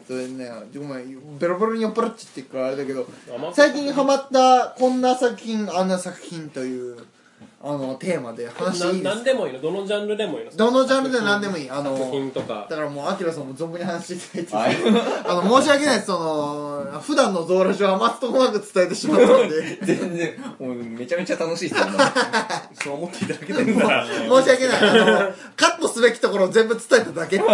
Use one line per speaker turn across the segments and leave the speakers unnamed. とねごめんベロベロに酔っ払っちゃってるからあれだけど
甘く
最近ハマったこんな作品あんな作品というあのテーマで話していいで
な
す
ん
か
でもいいのどのジャンルでもいいの
どのジャンルでも何でもいいあの
作品とか
だからもうアキラさんも存分に話していただ
はいい
て、あの申し訳ないですその普段のゾーラジオは全くうまく伝えてしまったん で
全然もうめちゃめちゃ楽しいですよ 今そう思っていただけてるんだ
申し訳ないあのカットすべきところを全部伝えただけっていう
でも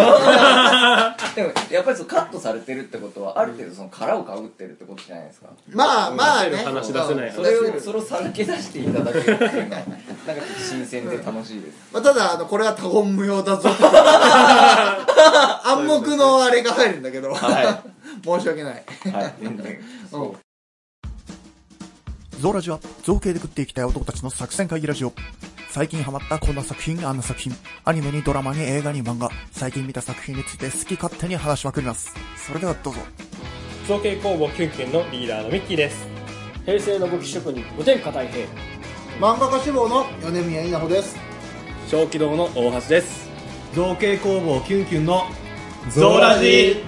やっぱりそうカットされてるってことはある程度その殻をかぶってるってことじゃないですか
まあまあね
話し出せない
それをそれをさらけ出していただけるっていうのはなんか新鮮で楽しいです
まあ、ただあのこれは他言無用だ ぞ暗黙のあれが入るんだけど、
は
申し訳ない
はい全然
うん
ゾウラジは造形で食っていきたい男たちの作戦会議ラジオ。最近ハマったこんな作品、あんな作品。アニメにドラマに映画に漫画。最近見た作品について好き勝手に話しまくります。それではどうぞ。
造形工房キュンキュンのリーダーのミッキーです
平成の武器職人五天下太平
漫画家志望の米宮稲穂です
小気道の大橋です
造形工房キュンキュンのゾーラジ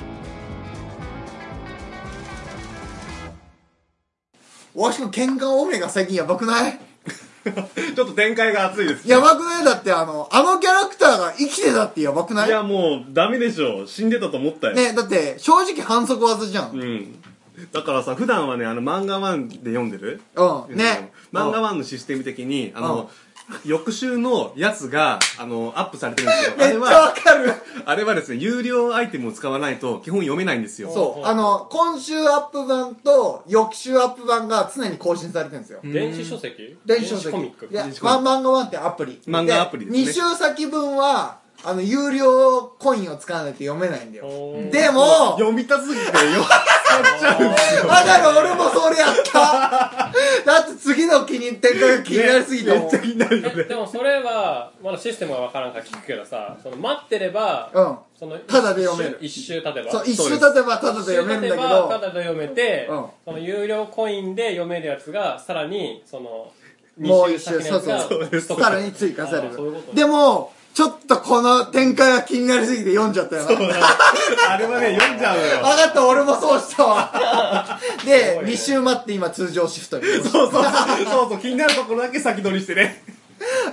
大橋君喧嘩オメガ最近やばくない
ちょっと展開が熱いです
やばくないだってあのあのキャラクターが生きてたってやばくない
いやもうダメでしょ死んでたと思ったよ、
ねだって正直反則技じゃんう、
うんんだからさ普段はねあの漫画ワンで読んでる
ね
うん漫画ワンのシステム的にあ
うん
の翌週のやつがあのアップされてるんですよあ
めっち
れ
ゃ
は
わかる
あれはですね有料アイテムを使わないと基本読めないんですよ
そうあの今週アップ版と翌週アップ版が常に更新されてるんですよ
電子書籍
電子書籍
コミック
で
電子コミ
ま
ック
漫画ワンってアプリ
漫画アプリですね
2週先分はあの有料コインを使わないと読めないんだよ
おー
でもわ
読みたすぎてよ
かる俺もそれやった だって次の気に展開が 気になりすぎてもう、
気になるよ
えでもそれはまだシステムがわからんから聞くけどさその待ってれば、
うん
その
ただで読める
一周一周経てば
そう一週経てばただで読めるんだけ
一周経てば
ど
ただで読めて、
うん
その有料コインで読めるやつがさらにその
もう一周
二先のやつが
そうそう
ストックさ
さら
れてる
に追加され
あーそういう
る
こと
でもちょっとこの展開が気になりすぎて読んじゃったよな
あれはね読んじゃうのよ
分かった俺もそうした わで
ごいね
2週待って今通常シフトに
そうそう そうそう気になるところだけ先取りしてね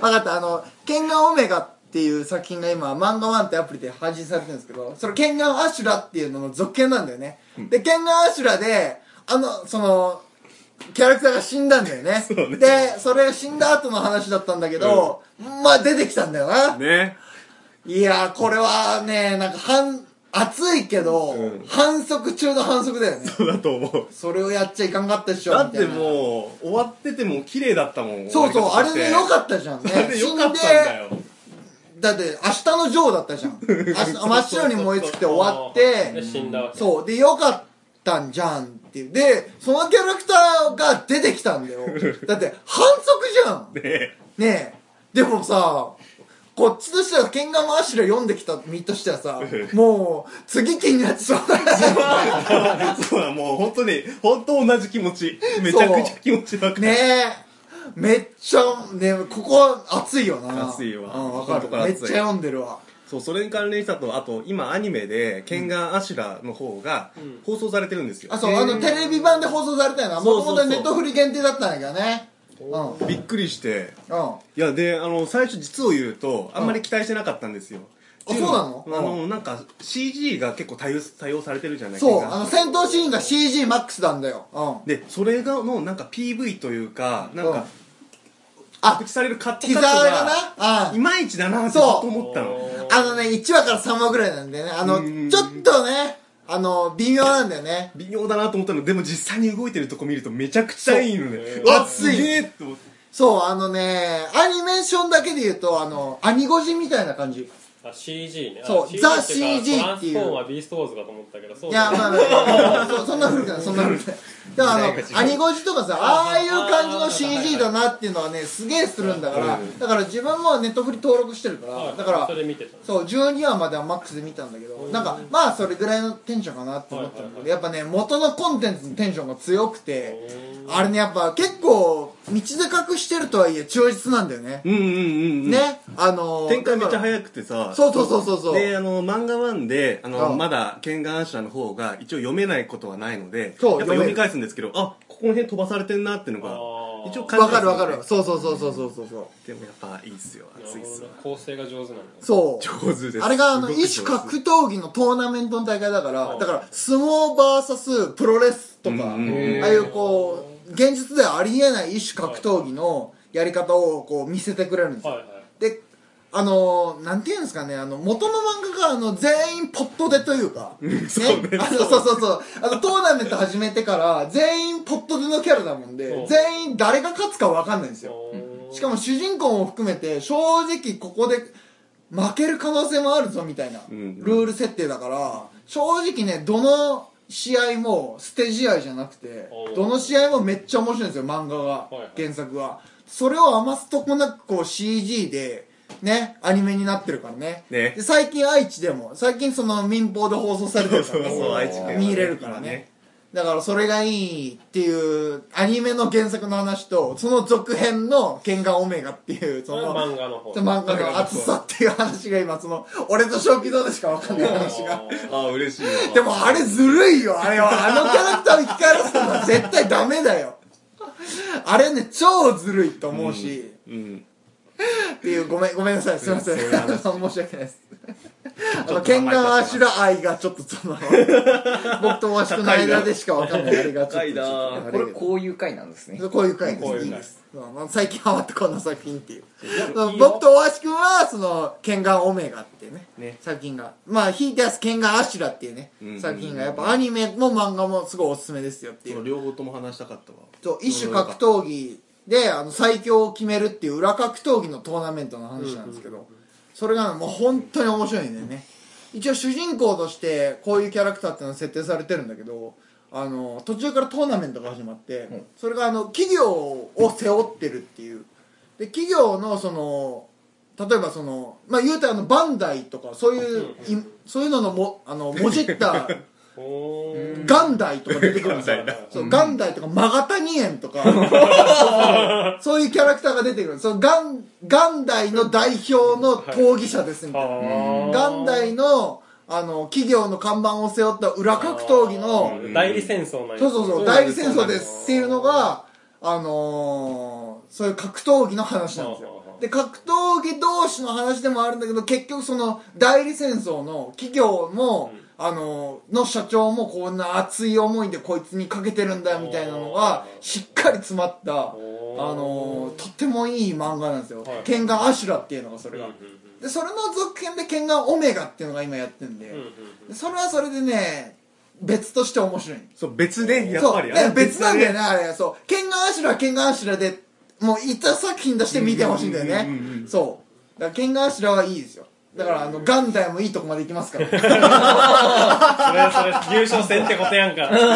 分かったあの「ケンガンオメガ」っていう作品が今漫画ワンってアプリで配信されてるんですけどそれ「ケンガンアシュラ」っていうのの続編なんだよね、で「ケンガンアシュラで」あのそのキャラクターが死んだんだよね
ね
でそれが死んだ後の話だったんだけど、まあ出てきたんだよな、
ね
いやーこれはねなんか反熱いけど、反則中の反則だよね
そうだと思う
それをやっちゃいかんかったっしょ
だって
みたいな
もう終わってても綺麗だったもん
そうそう、あれで良
っ
かったじゃんね。
あれでよかったんだよ
死んでだって、明日のジョーだった じゃん。明日真っ白に燃え尽きて終わっ
で
て、
死んだわけ
そう、で、良かったんじゃんっていう。で、そのキャラクターが出てきたん だよ。だって、反則じゃん
ね
ねえ。でもさ、こっちとしては、ケンガマアシュラ読んできた身としてはさ、もう、次気になってそう
そうだもう本当に本当同じ気持ちめちゃくちゃ気持ち分かる
ねえめっちゃねここ熱いよな
熱いわ
うん、わか
こ
る
こ熱
め
い
っちゃ読んでるわ
そうそれに関連したとあと今アニメで「ケンガンアシュラ」の方が放送されてるんですよ、
あそうあのテレビ版で放送されたよなもとも
そう
と
そうそう
ネットフリ限定だったんだけどねうんうん
びっくりしていやであの最初実を言うとあんまり期待してなかったんですよ、
あ
ってい
そうな
あ
の
のなんか CG が結構多用多用されてるじゃない
そう
ケンガン
あの戦闘シーンが CG マックスなんだようん
でそれがのなんか PV というかなん
うん
か
あ
口されるカットカッ
膝
ト
がな
が
う
い
ん
まいちだなってずっ
そう
と思ったの
あのね1話から3話ぐらいなんだよねあの
うん
ちょっとねあの微妙なんだよね
微妙だなと思ったのでも実際に動いてるとこ見るとめちゃくちゃいいのね
そう
うわ
熱い
すげえって思って
そうあのねアニメーションだけで言うとあのアニゴジみたいな感じ
あ CG ねあ
そう
CG
ザ
いう
CG
かトラン
っていう
スフォーマービーストウォーズかと思ったけどそう
い
じゃ
や、
ない
まあまあ、そそんな古くない、そんな古くない。でもあ
なんか違う
の、アニゴジとかさ、ああいう感じ
あ
の
ー
CG だなっていうのはね、すげえするんだから
うん、
だから自分もネットフリ登録してるか
は
ら、
い
だから
そ、れ見てた
そう、12話まではマックスで見たんだけど、なんか、まあそれぐらいのテンションかなって思ったんだけど、やっぱね、元のコンテンツのテンションが強くて、あれね、やっぱ結構、道で隠してるとはいえ忠実なんだよね、
うんうんうんうん
ねあのー
展開めっちゃ
だか
早くてさ
らそうそうそうそうそう
であの漫画1であの
うん
まだケンガンアシュラの方が一応読めないことはないのでやっぱ
そう
読み返すんですけどあここの辺飛ばされてんなっていうのが
あー
一応感じ
わ
ま
か
す
る
よ
わ
ね
かるそうそうそうそうそうそうそう
でもやっぱいいっすよ熱いっすよ
構成が上手なんだ
そう
上手です
あれがあの
すごく上手
異種格闘技のトーナメントの大会だから
うん
だから相撲 VS プロレスとか、
うんうんうん
ああいうこう現実ではありえない異種格闘技のやり方をこう見せてくれるんですよ、
はいはい
であのー、なんていうんですかねあの元の漫画があの全員ポットでというか、ね、
そうね
あのそうそうそうあのトーナメント始めてから全員ポットでのキャラだもん
う
で
ん
全員誰が勝つか分かんないんですよしか
も
も主人公も含めて正直ここで負ける可能性もあるぞみたいな
う
ル
ん
ール設定だから正直ねどの試合も捨て試合じゃなくて
おー
どの試合もめっちゃ面白いんですよ漫画が
いはい
原作はそれを余すとこなくこう CG でねアニメになってるからね
ね
で最近愛知でも最近その民放で放送されてるからね
そうそうそう愛知県はね
見れるからねだからそれがいいっていうアニメの原作の話とその続編の「ケンガンオメガ」っていうその
漫画の方
漫画の厚さっていう話が今その俺と正気堂でしか分かんない話が
あ
あー嬉しいわ
でもあれずるいよあれはあのキャラクターを生き返らせたら絶対ダメだよあれね超ずるいと思うし、
うん
っていうごめんごめんなさいすいません、
うんそういう
申
話
し訳ないですあの
ちょっと名
ケ
前
ン
出
ガンアシ
して
ュ
ま
ラ愛がちょっとそ の僕とわしとの間でしか分かんないあれがちょっと
高いなぁ
ちょっとあれ
これこういう回なんですね
こういう回です
こういう回
いいですまあまあ最近ハマったこの作品っていう
よ
僕と大橋君はその「ケンガンオメガ」っていうね
ね
作品がまあひいては「ケンガンアシュラ」っていうね
うんうんうん
作品がやっぱアニメも漫画もすごいおすすめですよってい
そう
う
両方とも話したかったわ
そう一種格闘技であの最強を決めるっていう裏格闘技のトーナメントの話なんですけどそれがもう本当に面白いんだよね一応主人公としてこういうキャラクターっていうのは設定されてるんだけどあの途中からトーナメントが始まってそれがあの企業を背負ってるっていうで企業のその例えばそのまあ言うたらあのバンダイとかそういういそういうののもあのもじった
ーおー
ガンダイとか出てくるんですよ
ガンダイだ。
そう、ガンダイとか、マガタニエンとか、そう そういうキャラクターが出てくる。そのガン、ガンダイの代表の当義者ですみたいな。
あー
ガンダイの、あの、企業の看板を背負った裏格闘技の、
代理戦争なんや
そうそうそう、
そうなん
代
で
理
す
戦争ですっていうのが、あのーそういう格闘技の話なんです
は
よ
あは。あ
で、格闘技同士の話でもあるんだけど、結局その代理戦争の企業も、あのーの社長もこんな熱い思いでこいつにかけてるんだよみたいなのが
は、あ
しっかり詰まった、あ
おー
のーとってもいい漫画なんですよ。
はい
ケンガンアシュラっていうのがそれ
うん
が
うん。
で、それの続編でケンガンオメガっていうのが今やってるんで、
うんうん
でそれはそれでね、別として面白い。
そう別ねや
そ
っ
う
ぱり
ね別なんだよ
ね
ねあれそうケンガンアシュラはケンガンアシュラでもういた作品として見てほしいんだよ
うんうんうん
ねそうだからケンガンアシュラはいいですよだからあのガンダイもいいとこまで行きますからガン
それそれ優勝戦ってことやんか
ダ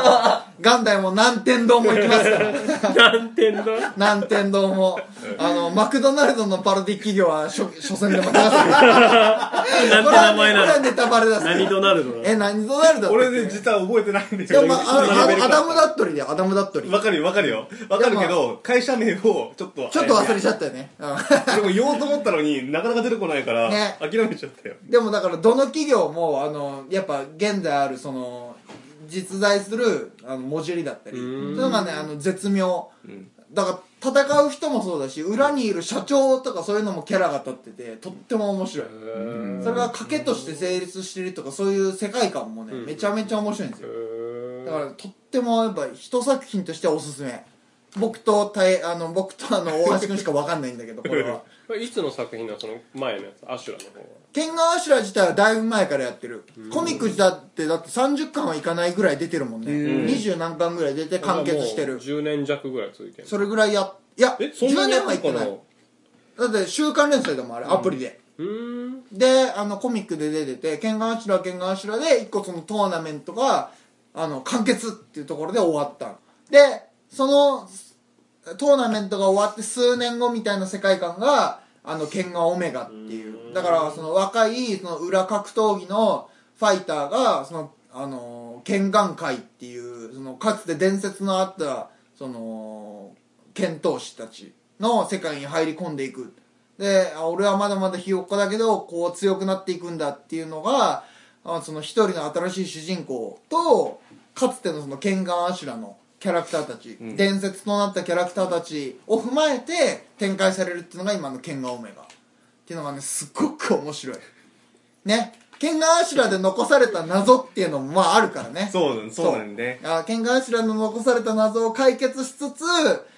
イもガンダイも南天堂も行きますから
なんてんだは
南天堂もあのマクドナルドのパロディ企業は初初戦で負けますから
なんて名前な
こ
の
れはネタバレだ
何ドナルドだ
え何ドナルド
俺ね
で
実は覚えてないんで
でも、まあ、あのアダムダットリだよアダムダットリ
わかるよわかるよわかるけ
で
ど会社名をちょっと
ちょっと忘れ
て
ちゃったよねうん
でも言おうと思ったのになかなか出てこないから
ね
諦めちゃったよ
でもだからどの企業もあのやっぱ現在あるその実在するあの文字入りだったりそういうのがねあの絶妙、だから戦う人もそうだし裏にいる社長とかそういうのもキャラが立っててとっても面白いそれが賭けとして成立してるとかそういう世界観もねめちゃめちゃ面白いんですよだからとってもやっぱ一作品としておすすめ僕とたいあの僕とあの大橋君しか分かんないんだけどこれは。
これいつの作品なのその前のやつアシュラの方は
ケンガンアシュラ自体はだいぶ前からやってる、コミックだってだって30巻はいかないぐらい出てるもんね二十何巻ぐらい出て完結して
も
る
う10年弱ぐらい続いてる
それぐらいやいや
えそんな
10
に
年はいいって
か
な
ない
だって週刊連載だもんあれアプリで、
うーん
であのコミックで出ててケンガンアシュラケンガンアシュラで一個そのトーナメントがあの完結っていうところで終わったでそのトーナメントが終わって数年後みたいな世界観があのケンガンオメガっていうだからその若いその裏格闘技のファイターがそのあのケンガン会っていうそのかつて伝説のあったその剣闘士たちの世界に入り込んでいくであ俺はまだまだひよっこだけどこう強くなっていくんだっていうのがあその一人の新しい主人公とかつてのそのケンガンアシュラのキャラクターたち、
ん
伝説となったキャラクターたちを踏まえて展開されるっていうのが今のケンガンオメガっていうのがねすっごく面白いねケンガンアシュラで残された謎っていうのもまああるからね
そうなんそうなんね
あケンガンアシュラの残された謎を解決しつつ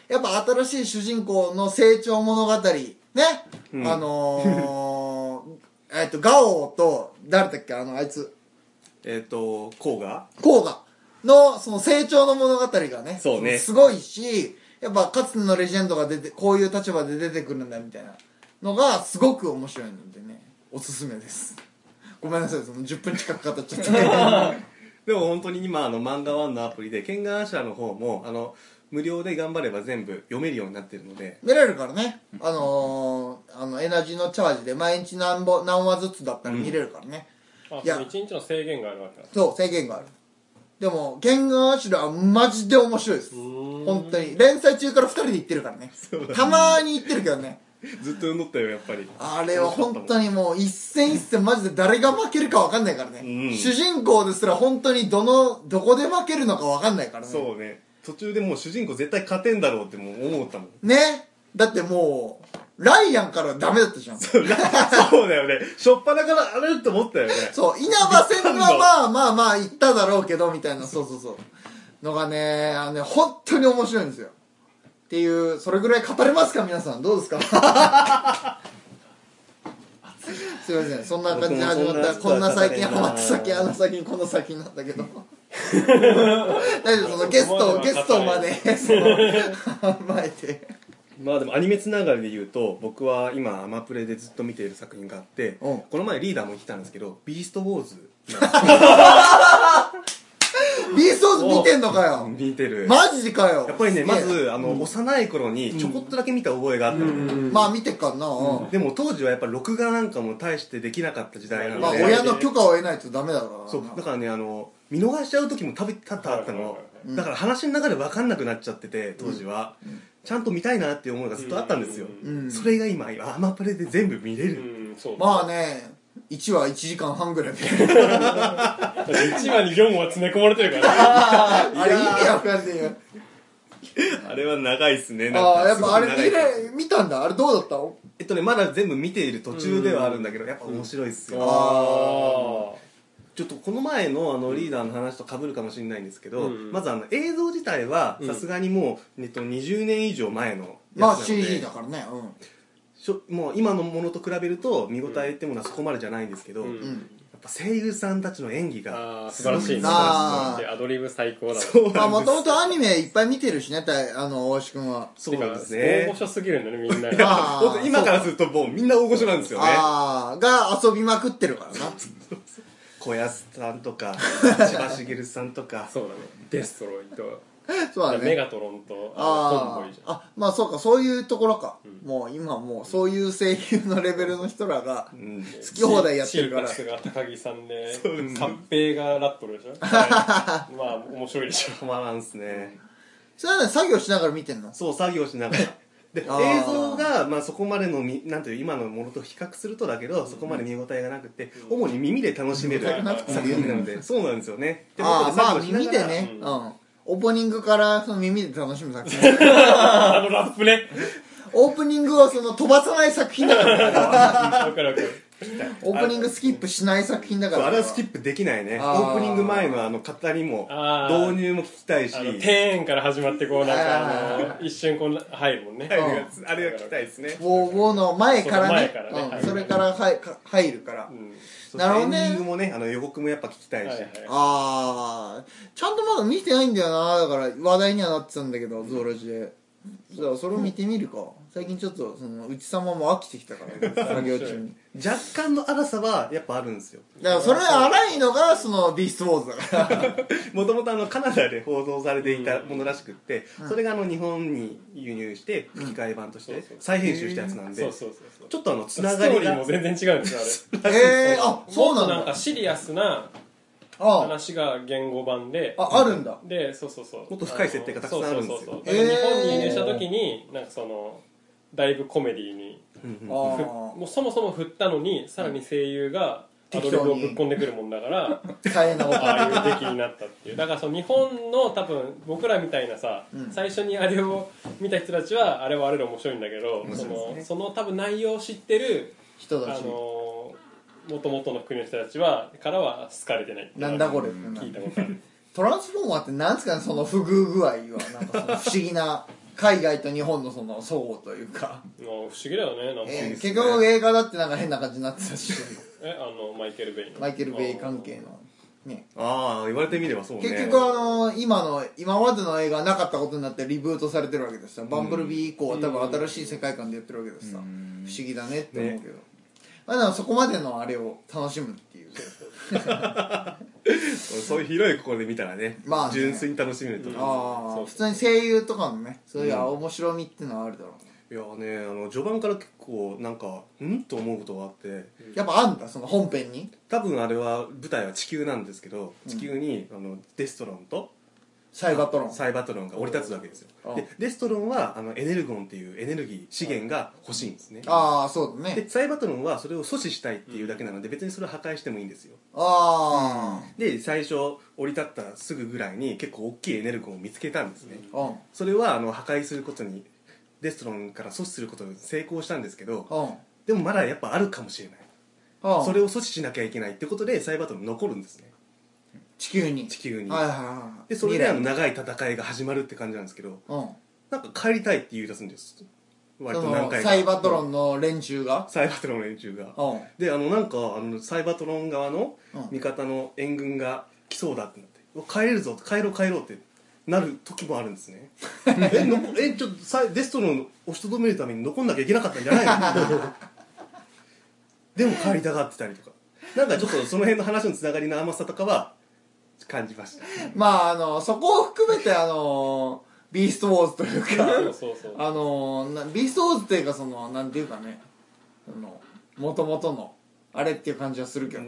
やっぱ新しい主人公の成長物語ね、あのー、え っとガオと誰だっけあのあいつ
えっ、とこうが
コーガのその成長の物語がね
そうね
すごいしやっぱかつてのレジェンドが出てこういう立場で出てくるんだみたいなのがすごく面白いのでねおすすめですごめんなさいその10分近く語っちゃって
でも本当に今あの漫画ワンのアプリでケンガンアシュラの方もあの無料で頑張れば全部読めるようになってるので
見れるからねあのー、あのエナジーのチャージで毎日何ぼ何話ずつだったら見れるからね、
あ
いや
その一日の制限があるわけだ
そう制限があるでも「ゲンガンアシュラ」はマジで面白いです本当に連載中から2人で行ってるからねたまーに行ってるけどね
ずっと読んどったよやっぱり
あれは本当にもう一戦一戦マジで誰が負けるか分かんないからね、
うん
主人公ですら本当にどのどこで負けるのか分かんないからね
そうね途中でもう主人公絶対勝てんだろうってもう思ったもん
ねだってもうライアンからダメだったじゃんそう
そうだよね初っ端からあれって思ったよね
稲葉戦はまあまあまあ言っただろうけどみたいなそうそうそうのがねあのね本当に面白いんですよっていうそれぐらい語れますか皆さんどうですかすいませんそんな感じで始まった
僕も
こ
そ
ん
んな
な最近
語れ
ハマ
ないな
った先あの先この先なんだけど大丈夫そのゲス
そこま
ト
では
ゲストまでその甘えて
まあでもアニメつながりで言うと僕は今アマプレでずっと見ている作品があって
うん
この前リーダーも言ってたんですけど「ビーストウォー ズ
ビーストーズ見てんのか」よ
見て る
マジかよ
やっぱりね
すげえ
まずあの、幼い頃にちょこっとだけ見た覚えがあったの、
まあ見てっからな、
でも当時はやっぱ録画なんかも大してできなかった時代なので、
まあ親の許可を得ないとダメだからな
そうだからねあの見逃しちゃう時も多々多々あった
はい
の
はい、
だから話の中で分かんなくなっちゃってて当時は、ちゃんと見たいなっていう思いがずっとあったんですよ、
ん
それが今アマプレで全部見れ
う
る、
んそう
まあね1話1時間半ぐらい見れる
だって1話に4話詰め込まれてるからね
あれ意味わかんねえよ
あれは長いっすねなん
あ
か
あやっぱあれ
す
見
ごい長い
れ見たんだあれどうだったの
えっとねまだ全部見ている途中ではあるんだけど、やっぱ面白いっすよ、
あ
ちょっとこの前のあのリーダーの話とかぶるかもしれないんですけど、
うん
まずあの映像自体は
うん
さすがにもう、えっと、20年以上前のやつな
まあ
ので
CG だからねうん
しょもう今のものと比べると見応えってものはそこまでじゃないんですけど、
ーう
や
うんん
っぱ声優さんたちの演技
あ
が
ー素晴らしいね
あー
でアドリブ最高だわ
そう
まあ
な
も
んで
ともとアニメいっぱい見てるしねたいあの大石君は
すそうなんです
てか大
ね
御所すぎるんだねみんなが
あ
本当今からするともうみんな大御所なんですよね
ああが遊びまくってるからな
小安さんとか千葉茂さんとか
そうだねデストロイと
そうだ
メ
ね
ガトロンとあの
あ
コンボイじ
ああまあそうかそういうところか、もう今もうそういう声優のレベルの人らが
うん
ゃん
好き放題やってるから
シーパスが高木さんで
うん
三平がラットルでしょはいまあ面白いでしょ
たまらんっすね
それはね作業しながら見てんの
そう作業しながらで映
あー
像が、まあ、そこまでのみなんていう今のものと比較するとだけどそこまで見応えがなくて、主に耳で楽しめる
うん
作品なので、そうなんですよねってこと
あ
で
あまあ
作業しな
耳
がら
でね、う
うん
オープニングからその耳で楽しむ作品
あのラップね
オープニングをその飛ばさない作品だから
わかるわかる
オープニングスキップしない作品だか
そう
ら
あれはスキップできないねオ
あー
ープニング前のあの語りも
あー
導入も聞きたいし
あのテーンから始まってこうなん
はいはい
か
は
あの一瞬こうな入るもんね
入るやつあれは聞きたいですね
ウォーウォーの前からね
そう前から
う
ね
ん、それからはいか入るから、
うん
そう
なるほどね
エンディングもねあの予告もやっぱ聞きたい
はい
し、
はい
ああちゃんとまだ見てないんだよなだから話題にはなってたんだけどゾウラジでじゃあそれを見てみるか最近ちょっとその内様も飽きてきた から作業中に
若干の荒さはやっぱあるんですよ
だからそれ荒いのがそのビーストウォーズだから
もともとあのカナダで放送されていたものらしくって、それがあの日本に輸入して吹き替え版とし
うん
て
そうそう
再編集したやつなんで、
そうそうそうそう
ちょっとあのつ
ス
な
ト
がり
ーリー
が
も全然違うんですよあれ
ええあそうなん
もっとなん
だ
かシリアスな
あ
話が言語版で
あああるんだ
でそうそうそう
もっと深い設定がたくさんあるんですよ
そうそうそうそうだから
へー
日本に入れした時になんかそのだいぶコメディに
あ
ふ
ー
もうそもそも振ったのにさらに声優がアドリブをぶっ込んでくるもんだから
大変なこと
ああいう出来になったっていうだからその日本の多分僕らみたいなさ、
うん
最初にあれを見た人たちはあれはあれで面白いんだけど、そのその多分内容を知ってる
人だ
あ
し
のもともとの国の人たちはからは好かれてないっていうの
な
は
んだこれ
聞いたことある
トランスフォーマーってなんですかねその不遇具合はなんかその不思議な海外と日本のその相互というか、
もう不思議だよねなんか、
えー結局映画だってなんか変な感じになってたし
えあのマイケル・ベイの
マイケル・ベイ関係の、ね、
ああ言われてみればそうね
結局あの今の今までの映画なかったことになってリブートされてるわけですよバンブルビー以降は多分新しい世界観でやってるわけですさ不思議だねって思うけど、まあでもそこまでのあれを楽しむっていう
そういう広い心で見たらね,、
まあね
純粋に楽しめると思う、
あ
そ
あ
う
普通に声優とかのねそういう面白みっていうのはあるだろうね、
いやーねあの序盤から結構なんかんと思うことがあって
やっぱあんだその本編に
多分あれは舞台は地球なんですけど地球に、あのデストロンと
サイバトロン
サイバトロンが降り立つわけです
あ
よでデストロンはあのエネルゴンっていうエネルギー資源が欲しいんですね
ああそうだね
でサイバトロンはそれを阻止したいっていうだけなので別にそれを破壊してもいいんですよ
あ
で最初降り立ったすぐぐらいに結構大きいエネルゴンを見つけたんですね、
あうん
それはあの破壊することにデストロンから阻止することに成功したんですけど
うん
でもまだやっぱあるかもしれない
うん
それを阻止しなきゃいけないってことでサイバトロン残るんですね
地球に
地球に
はいはいはい
でそれであの
未
長い戦いが始まるって感じなんですけど
来うん
なんか帰りたいって言い出すんです割
そ
と何
の
回か
サイバトロンの連中が
サイバトロンの連中が
うん
であのなんかあのサイバトロン側の
うん
味方の援軍が来そうだってなってうわ帰れるぞ帰ろう帰ろうってなる時もあるんです ねえのえちょっとサイデストロンを押しとどめるために残んなきゃいけなかったんじゃな いのでも帰りたがってたりとかなんかちょっとその辺の話のつながりの甘さとかは感じました
まああのそこを含めてあのビーストウォーズという
そう
か
そうそう
あのなビーストウォーズっていうかそのなんていうかねその元々のあれっていう感じはするけど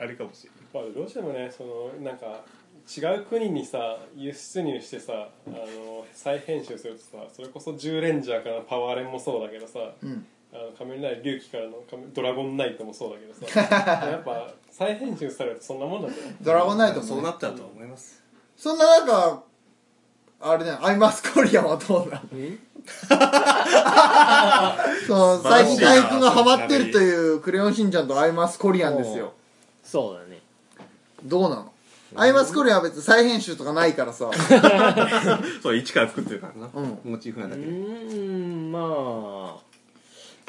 あれかもしれない
まあ、どうしてもねそのなんか違う国にさ輸出入してさあの再編集するとさそれこそ「10レンジャー」から「パワーレン」もそうだけどさ「
うん
あの仮面ライダー龍騎」からの仮面「ドラゴンナイト」もそうだけどさやっぱ再編集されるとそんなもんなんだよ
ドラゴンナイト
そう
も
な
ね
っちゃうとは思います
そんな中あれねアイマスコリアはどうなの その
素晴ら
最
しい
近大
な
工がハマってるという「クレヨンしんちゃん」と「アイマスコリアン」ですよ
そうだね
どうなのアイマスコリアンは別に再編集とかないからさ
そう一から作ってるからな、
うん
モチーフなんだ
う
けど、
ーんまあ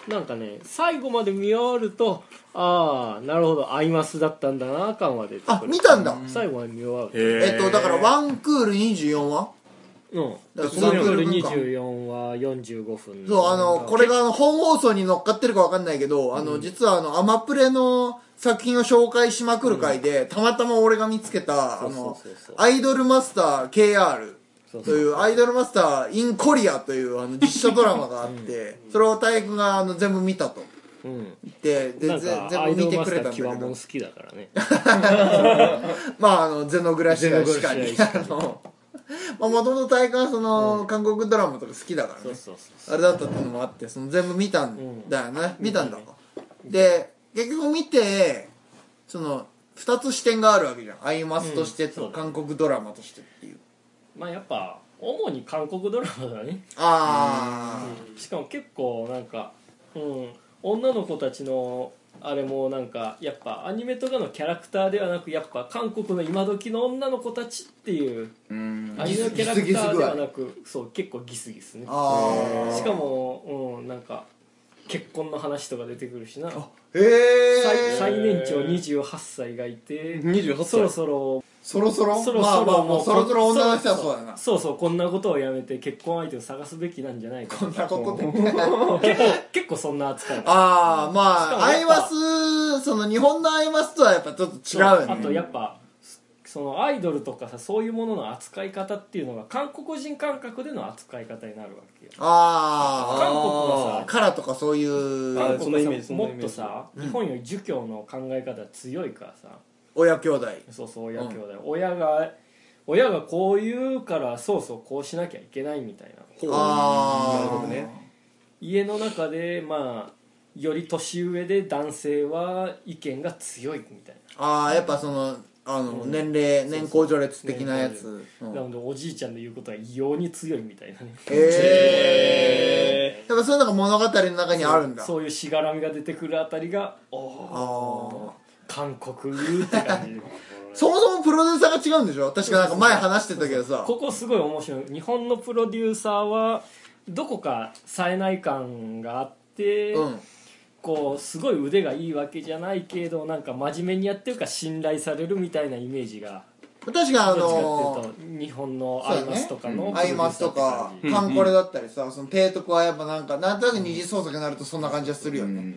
なんかね最後まで見終わるとああなるほどアイマスだったんだな感は出てくる
あ見たんだ
最後まで見終わる
え
えっとだからワンクール24話
うん
だから
ス
そ
マ
の
ブ
クー
ル
ル文化
24は45分
そう、あの、これがあの本放送に乗っかってるかわかんないけど、あの、実はあの、アマプレの作品を紹介しまくる回で、たまたま俺が見つけた、あの
そうそうそうそう、
アイドルマスター KR
そう
という、アイドルマスター in コリアという、あの、実写ドラマがあって、 それを大工があの、全部見たと
うん
言って、で、
なん
ぜ
かア
全
イ
部見
ドル
て
マ
く
ス
れ
タ
たん
ー
だ
キ
け
ワモン
ど
好、きだからね
まあ、あの、ゼノグラシアしか
ゼノグラ
り、
シアし
あの、まあ、もともと大工はその、韓国ドラマとか好きだから
そう
ね。
そうそう
あれだったっていうのもあってその全部見たんだよね、見たんだか、で結局見てその2つ視点があるわけじゃんアイマスとしてと、
うん
韓国ドラマとしてっていう
まあやっぱ主に韓国ドラマだね
あ
しかも結構なんか、うん、女の子たちのあれもなんかやっぱアニメとかのキャラクターではなくやっぱ韓国の今時の女の子たちっていうアニメのキャラクターではなくそう結構ギスギスね
ー、ああ
しかも、うん、なんか結婚の話とか出てくるしな
へえ
最最年長28歳がいて
28歳
そろそろ
そろそろ
そろ
ま
そ
あまあ
ろ
もうそろそろ女の人はそうだな
そうそうこんなことをやめて結婚相手を探すべきなんじゃないか
こんなことで
結構結構そんな扱い
ああま
しか
あ
も
ア
や
イ
っぱ
マスその日本のアイマスとはやっぱちょっと違うよね
あとやっぱそのアイドルとかさそういうものの扱い方っていうのが韓国人感覚での扱い方になるわけよ韓
あ
国
あ
はさ
カラとかそういう
あ
韓
そのイメ
国
ー
は
ジ
さ
そのイ
も
メージ
っとさ日本より儒教の考え方強いからさ
親兄弟
そうそう親兄弟、親が親がこう言うからそうそうこうしなきゃいけないみたいな
ああ
なるほどね
家の中でまあより年上で男性は意見が強いみたい
ああやっぱそのあの、年齢年功序列的なやつ、
な、
うん
なのでおじいちゃんの言うことは異様に強いみたいなね
ええやっぱそういうのが物語の中にあるんだ
そういうしがらみが出てくるあたりがおお
ああ
韓国流って 感じ
そもそもプロデューサーが違うんでしょ確かなんか前話してたけどさ
ここすごい面白い日本のプロデューサーはどこか冴えない感があって、
うん
こうすごい腕がいいわけじゃないけどなんか真面目にやってるから信頼されるみたいなイメージが
確かあ
どっちか
の
っていうと日本の
そうだ
アイ
ね
マスとかの
アイマスとか
プロデューサーって感じ
カンコレだったりさその提督はやっぱなんかなんとなく二次創作になるとそんな感じはするよねうん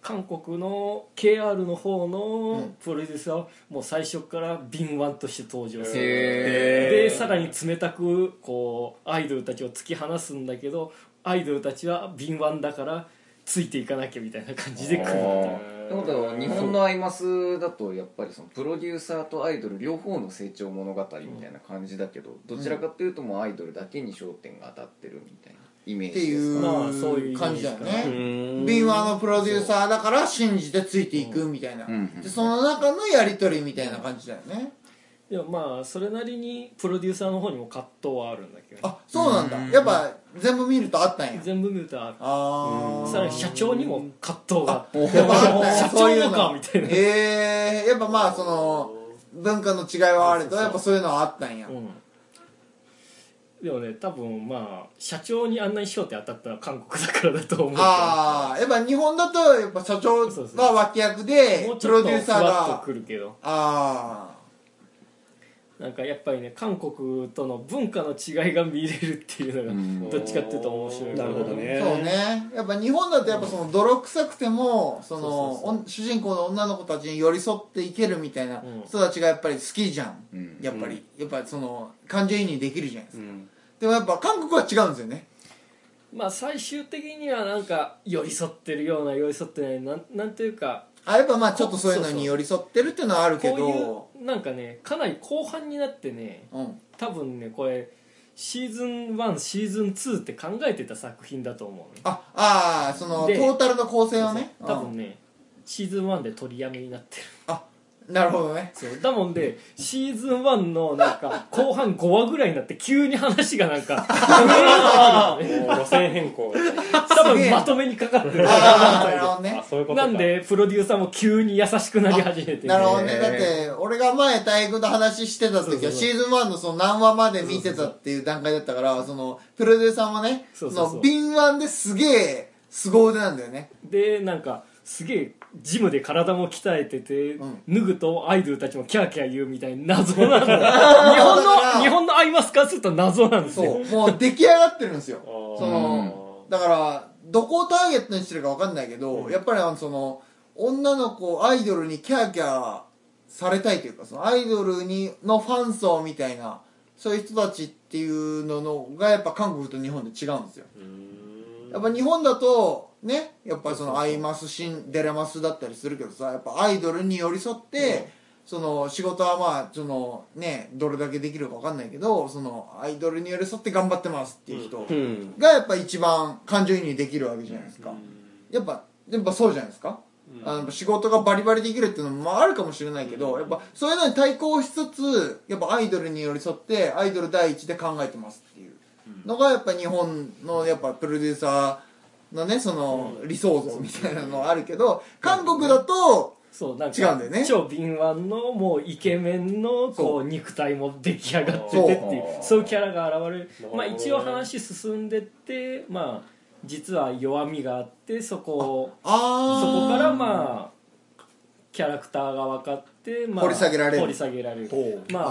韓国の KR の方
ん
のプロデューサーはもう最初から敏腕として登場する、
へ
でさらに冷たくこうアイドルたちを突き放すんだけどアイドルたちは敏腕だからついていかなきゃみたいな感じで来るっていう
ってことは日本のアイマスだとやっぱりそのプロデューサーとアイドル両方の成長物語みたいな感じだけどどちらかというともうアイドルだけに焦点が当たってるみたいなイメー
っ
ジ
て
ですか
い
まあそうい
う
うイメージ
感じだよ
か
ね敏腕のプロデューサーだから信じてついていくみたいな、
ん
でその中のやり取りみたいな感じだよね、
でもまあそれなりにプロデューサーの方にも葛藤はあるんだけどね
あそうなんだ、やっぱ全部見るとあったんや
全部見るとある
あ
さらに社長にも葛藤があって
あやっぱあったんや
社
そうい
長
う
も
の
かみたいな、
ええやっぱまあその文化の違いはあるとやっぱそういうのはあったんや、
うんでもね多分まあ社長にあんなに焦点当たったのは韓国だからだと思うけど
ああやっぱ日本だとやっぱ社長
そうそう
が脇役で
もうち
プ
ょ
ロ
っと
デュー
ふ
サー
わっ
が
とくるけど
あ
なんかやっぱりね韓国との文化の違いが見れるっていうのがどっちかっていうと面白い
なるほど
あ、
ね
そうねやっぱ日本だとやっぱその泥臭くてもそのお主人公の女の子たちに寄り添っていけるみたいな
うん
人たちがやっぱり好きじゃん、
ん
やっぱり、やっぱその感情移入できるじゃないです
う
か、
ん
でもやっぱ韓国は違うんですよね
まあ最終的にはなんか寄り添ってるような寄り添ってないなんなんていうか
あやっぱまあちょっとそういうのに寄り添ってるっていうのはあるけど
こういうなんかねかなり後半になってね
うん、
多分ねこれシーズン1シーズン2って考えてた作品だと思うね
ああーそのト
で
ータルの構成はね
多
う
分
ん
ねシーズン1で取りやめになってる
なるほど ね
そうだもんでシーズン1のなんか後半5話ぐらいになって急に話がな んか
もう路線変更
多分まとめにかかってる
ああなるほどね
あそういうこと
な
か
んでプロデューサーも急に優しくなり始めて
なるほど
へ
ね
ー
だって俺が前大工と話してた時はシーズン1のその何話まで見てたっていう段階だったからそのプロデューサーもね
そ
そう
そうそう
の敏腕ですげえ凄腕なんだよね
でなんかすげえジムで体も鍛えてて、
ん
脱ぐとアイドルたちもキャーキャー言うみたいな謎 なの日
だか
本
ら
の日本のアイマスからすると謎なんです
そ
よ
うもう出来上がってるんですよ
あー
そのだからどこをターゲットにしてるか分かんないけど、やっぱりあのその女の子アイドルにキャーキャーされたいというかそのアイドルにのファン層みたいなそういう人たちっていうののがやっぱ韓国と日本で違うんですよ
うーん
やっぱ日本だとねやっぱそのアイマスシンデレマスだったりするけどさやっぱアイドルに寄り添って、その仕事はまあそのねどれだけできるか分かんないけどそのアイドルに寄り添って頑張ってますっていう人、
うん
がやっぱ一番感情移入できるわけじゃないですか、やっぱやっぱそうじゃないですか、
うん
あの仕事がバリバリできるっていうのもあるかもしれないけど、やっぱそういうのに対抗しつつやっぱアイドルに寄り添ってアイドル第一で考えてますっていうのがやっぱ日本のやっぱプロデューサーのねその理想像みたいなのはあるけど韓国だと
そうなんか
違うんだよね
超敏腕のもうイケメンの
そ
こう肉体も出来上がっててってい
そ
う
う
そういうキャラが現れる
ほどね
まあ一応話進んでってまあ実は弱みがあってそこをそ
ああ
こからまあキャラクターが分かって、まあ、
掘り下げられる
掘り下げられる
ほう
まあ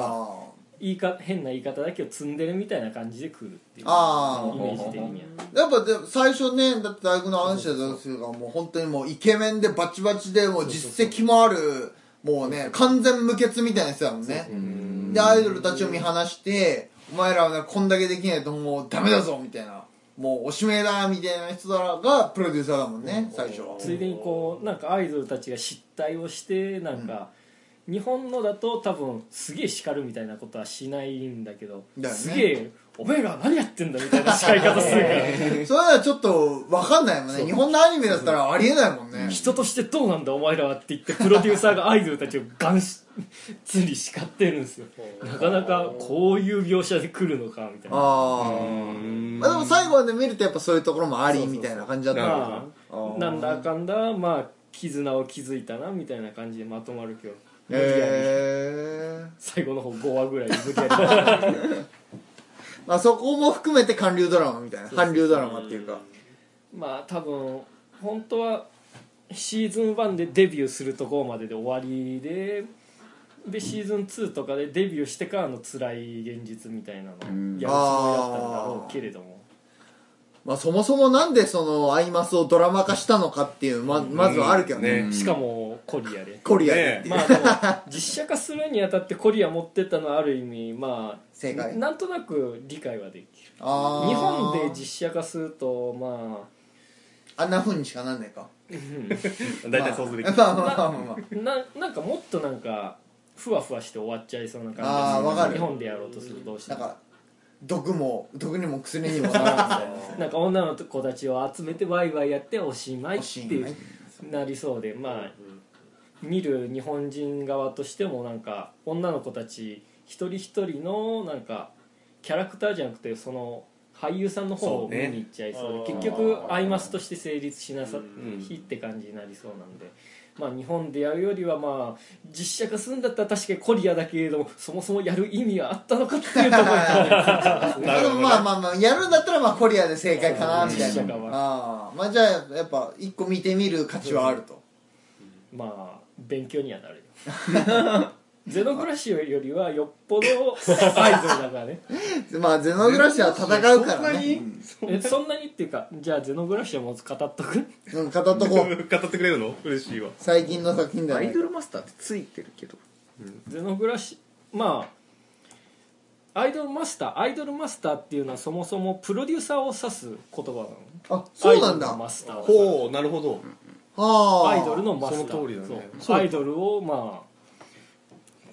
あ
言いか変な言い方だけど積んでるみたいな感じで来るっていう
あー
イメージ的には
やっぱで最初ねだって大学の話だったんですがもう本当にもうイケメンでバチバチでもう実績もあるもうね完全無欠みたいな人だもんねでアイドルたちを見放してお前らはねこんだけできないともうダメだぞみたいなもうおしめだみたいな人らがプロデューサーだもんね、最初は
ついでにこうなんかアイドルたちが失態をしてなんか、日本のだと多分すげえ叱るみたいなことはしないんだけど
だよね
すげえおめえら何やってんだみたいな叱り方するから
それはちょっと分かんないもんね日本のアニメだったらありえないもんね、
人としてどうなんだお前らはって言ってプロデューサーがアイドルたちをガンしつり叱ってるんですよなかなかこういう描写で来るのかみたいな
ああまあでも最後まで見るとやっぱそういうところもありみたいな感じだったのか
まあなんだかんだまあ絆を築いたなみたいな感じでまとまるけど無理やり
へえ
最後の方5話ぐらい無理や
まあそこも含めて韓流ドラマみたいな韓流ドラマっていうか
りまあ多分本当はシーズン1でデビューするところまでで終わりででシーズン2とかでデビューしてからの辛い現実みたいなのをやるつもりだったんだろうけれども
まあそもそもなんでそのアイマスをドラマ化したのかっていうままずはあるけどね,、
ね
しかもコリアで
コリアでっていう、
まあでも実写化するにあたってコリア持ってったのはある意味まあ
正解
なんとなく理解はできる
あー
日本で実写化するとま
あんなふうにしかなんないか
大体想像でき
ま
る
あまあまあまあ、まあ、
あななんかもっとなんかふわふわして終わっちゃいそうな感じ
あーわ
が
か
す
る
る日本でやろうとするとどうして
なん
も
か毒も毒にも薬にもならんみたいな
なんか女の子たちを集めてワイワイやっておしまい
お
っ
してまい
いうなりそうでまあ見る日本人側としてもなんか女の子たち一人一人のなんかキャラクターじゃなくてその俳優さんの方を見に行っちゃいそうで
そうね
結局アイマスとして成立しなさ
ん
日って感じになりそうなんで。まあ、日本でやるよりはまあ実写化するんだったら確かにコリアだけれどもそもそもやる意味はあったのかっていうところが
まあでもまあまあまあやるんだったらまあコリアで正解かなみたいな
実写化は
ああまあじゃあやっぱ一個見てみる価値はあると
まあ勉強にはなるよ ゼノグラシオよりはよっぽどアイドルだからね
まあゼノグラシアは戦うからね
えそんなにっていうかじゃあゼノグラシオも語っとく
うん語っとこう
語ってくれるの嬉しいわ
最近の作品だ
アイ
よ
ド
ね
ルマスターってついてるけど
ゼノグラシまあアイドルマスターアイドルマスターっていうのはそもそもプロデューサーを指す言葉なの
あそうなん
アイド
だ
ルのマスターだから
ほうなるほど
ああ
アイドルのマスター
その通りだね
そうアイドルをまあ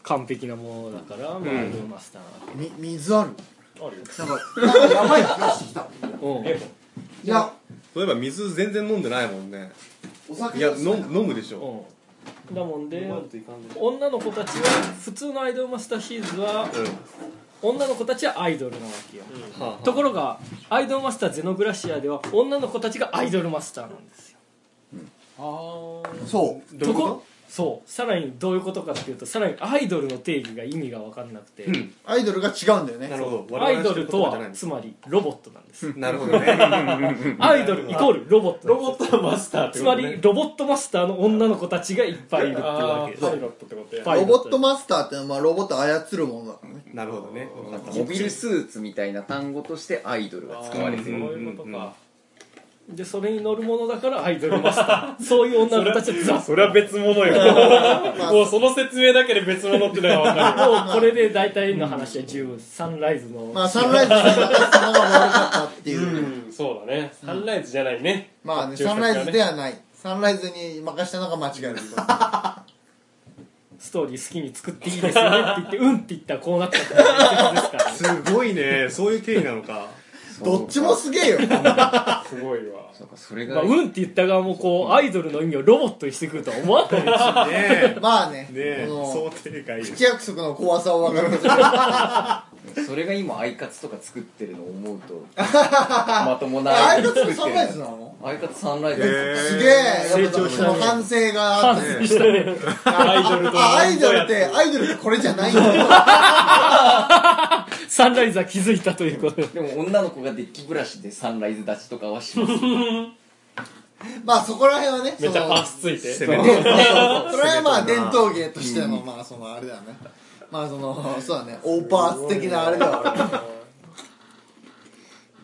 完璧なものだから、まあ、アイドルマスターなわ
み水ある
あるよ
なんかなんかやばい気がしてきた
けうん
いや
そういえば水全然飲んでないもんね
お酒
いや
ですね
飲む飲むでしょ
うん、だもんで女の子たちは普通のアイドルマスターシリーズは
うんは
女の子たちはアイドルなわけよ、
あはあ
ところがアイドルマスターゼノグラシアでは女の子たちがアイドルマスターなんですよ
そ
どういうこと
こそうさらにどういうことかっていうとさらにアイドルの定義が意味が分かんなくて、
ん
うアイドルが違うんだよね
なるほど
アイドルと
我々知ってる言葉じゃない
は
の
つまりロボットなん です
なるほどね
アイドルイコールロボット
ロボットはマスターって
つ
こ
ま
とね
りロボットマスターの女の子たちがいっぱいいるっていう
あ
わ
ー
け
パイ
で
ロットってことや
パイ
ロボットマスターってのはまあロボット操るものだからね
なるほどね分かった
モビルスーツみたいな単語としてアイドルが使われて
あー
る
そういうことか
でそれに乗るものだからアイドルマスターそういう女の子たちはザッ
それは別物よもうその説明だけで別物ってのが分かる
もうこれで大体の話は十分、サンライズの、
まあサンライズしたかったのが悪かったっていう、
うんそうだねサンライズじゃないね
まあね
こっちの
サン
先
ラ
は
イズではないサンライズに任したのが間違いです
ストーリー好きに作っていいですよねって言ってうんって言ったらこうなっちゃったっていうですからね
すごいねそういう経緯なのか
どっちもすげえよ
すごいわ
そうかそれ
まあ、
が
うんって言った側もこうアイドルの意味をロボットにしてくるとは思わないですよ
ね
まあね
えねえ
この
想定外
口約束の怖さを分かることあ
それが今アイカツとか作ってるのを思うと まともな
あ
ア
い
イド
つ
ル作っ
もサンラ
てる
イズなの
アイカツサンライズ
すげえやっぱ
成長した
そ
ね
の反省があって
反省したね
アイドルと
あアイドルってアイドルってこれじゃないんだよ
サンライズは気づいたということで
でも女の子がデッキブラシでサンライズ立ちとかはします
まあそこら辺はね
めっちゃ
そ
パ
の
ースついて
攻め
そう
て
そうそうそれはまあ伝統芸としてのまあそのあれだよねまあそのそうだねオーパーツ的なあれだよ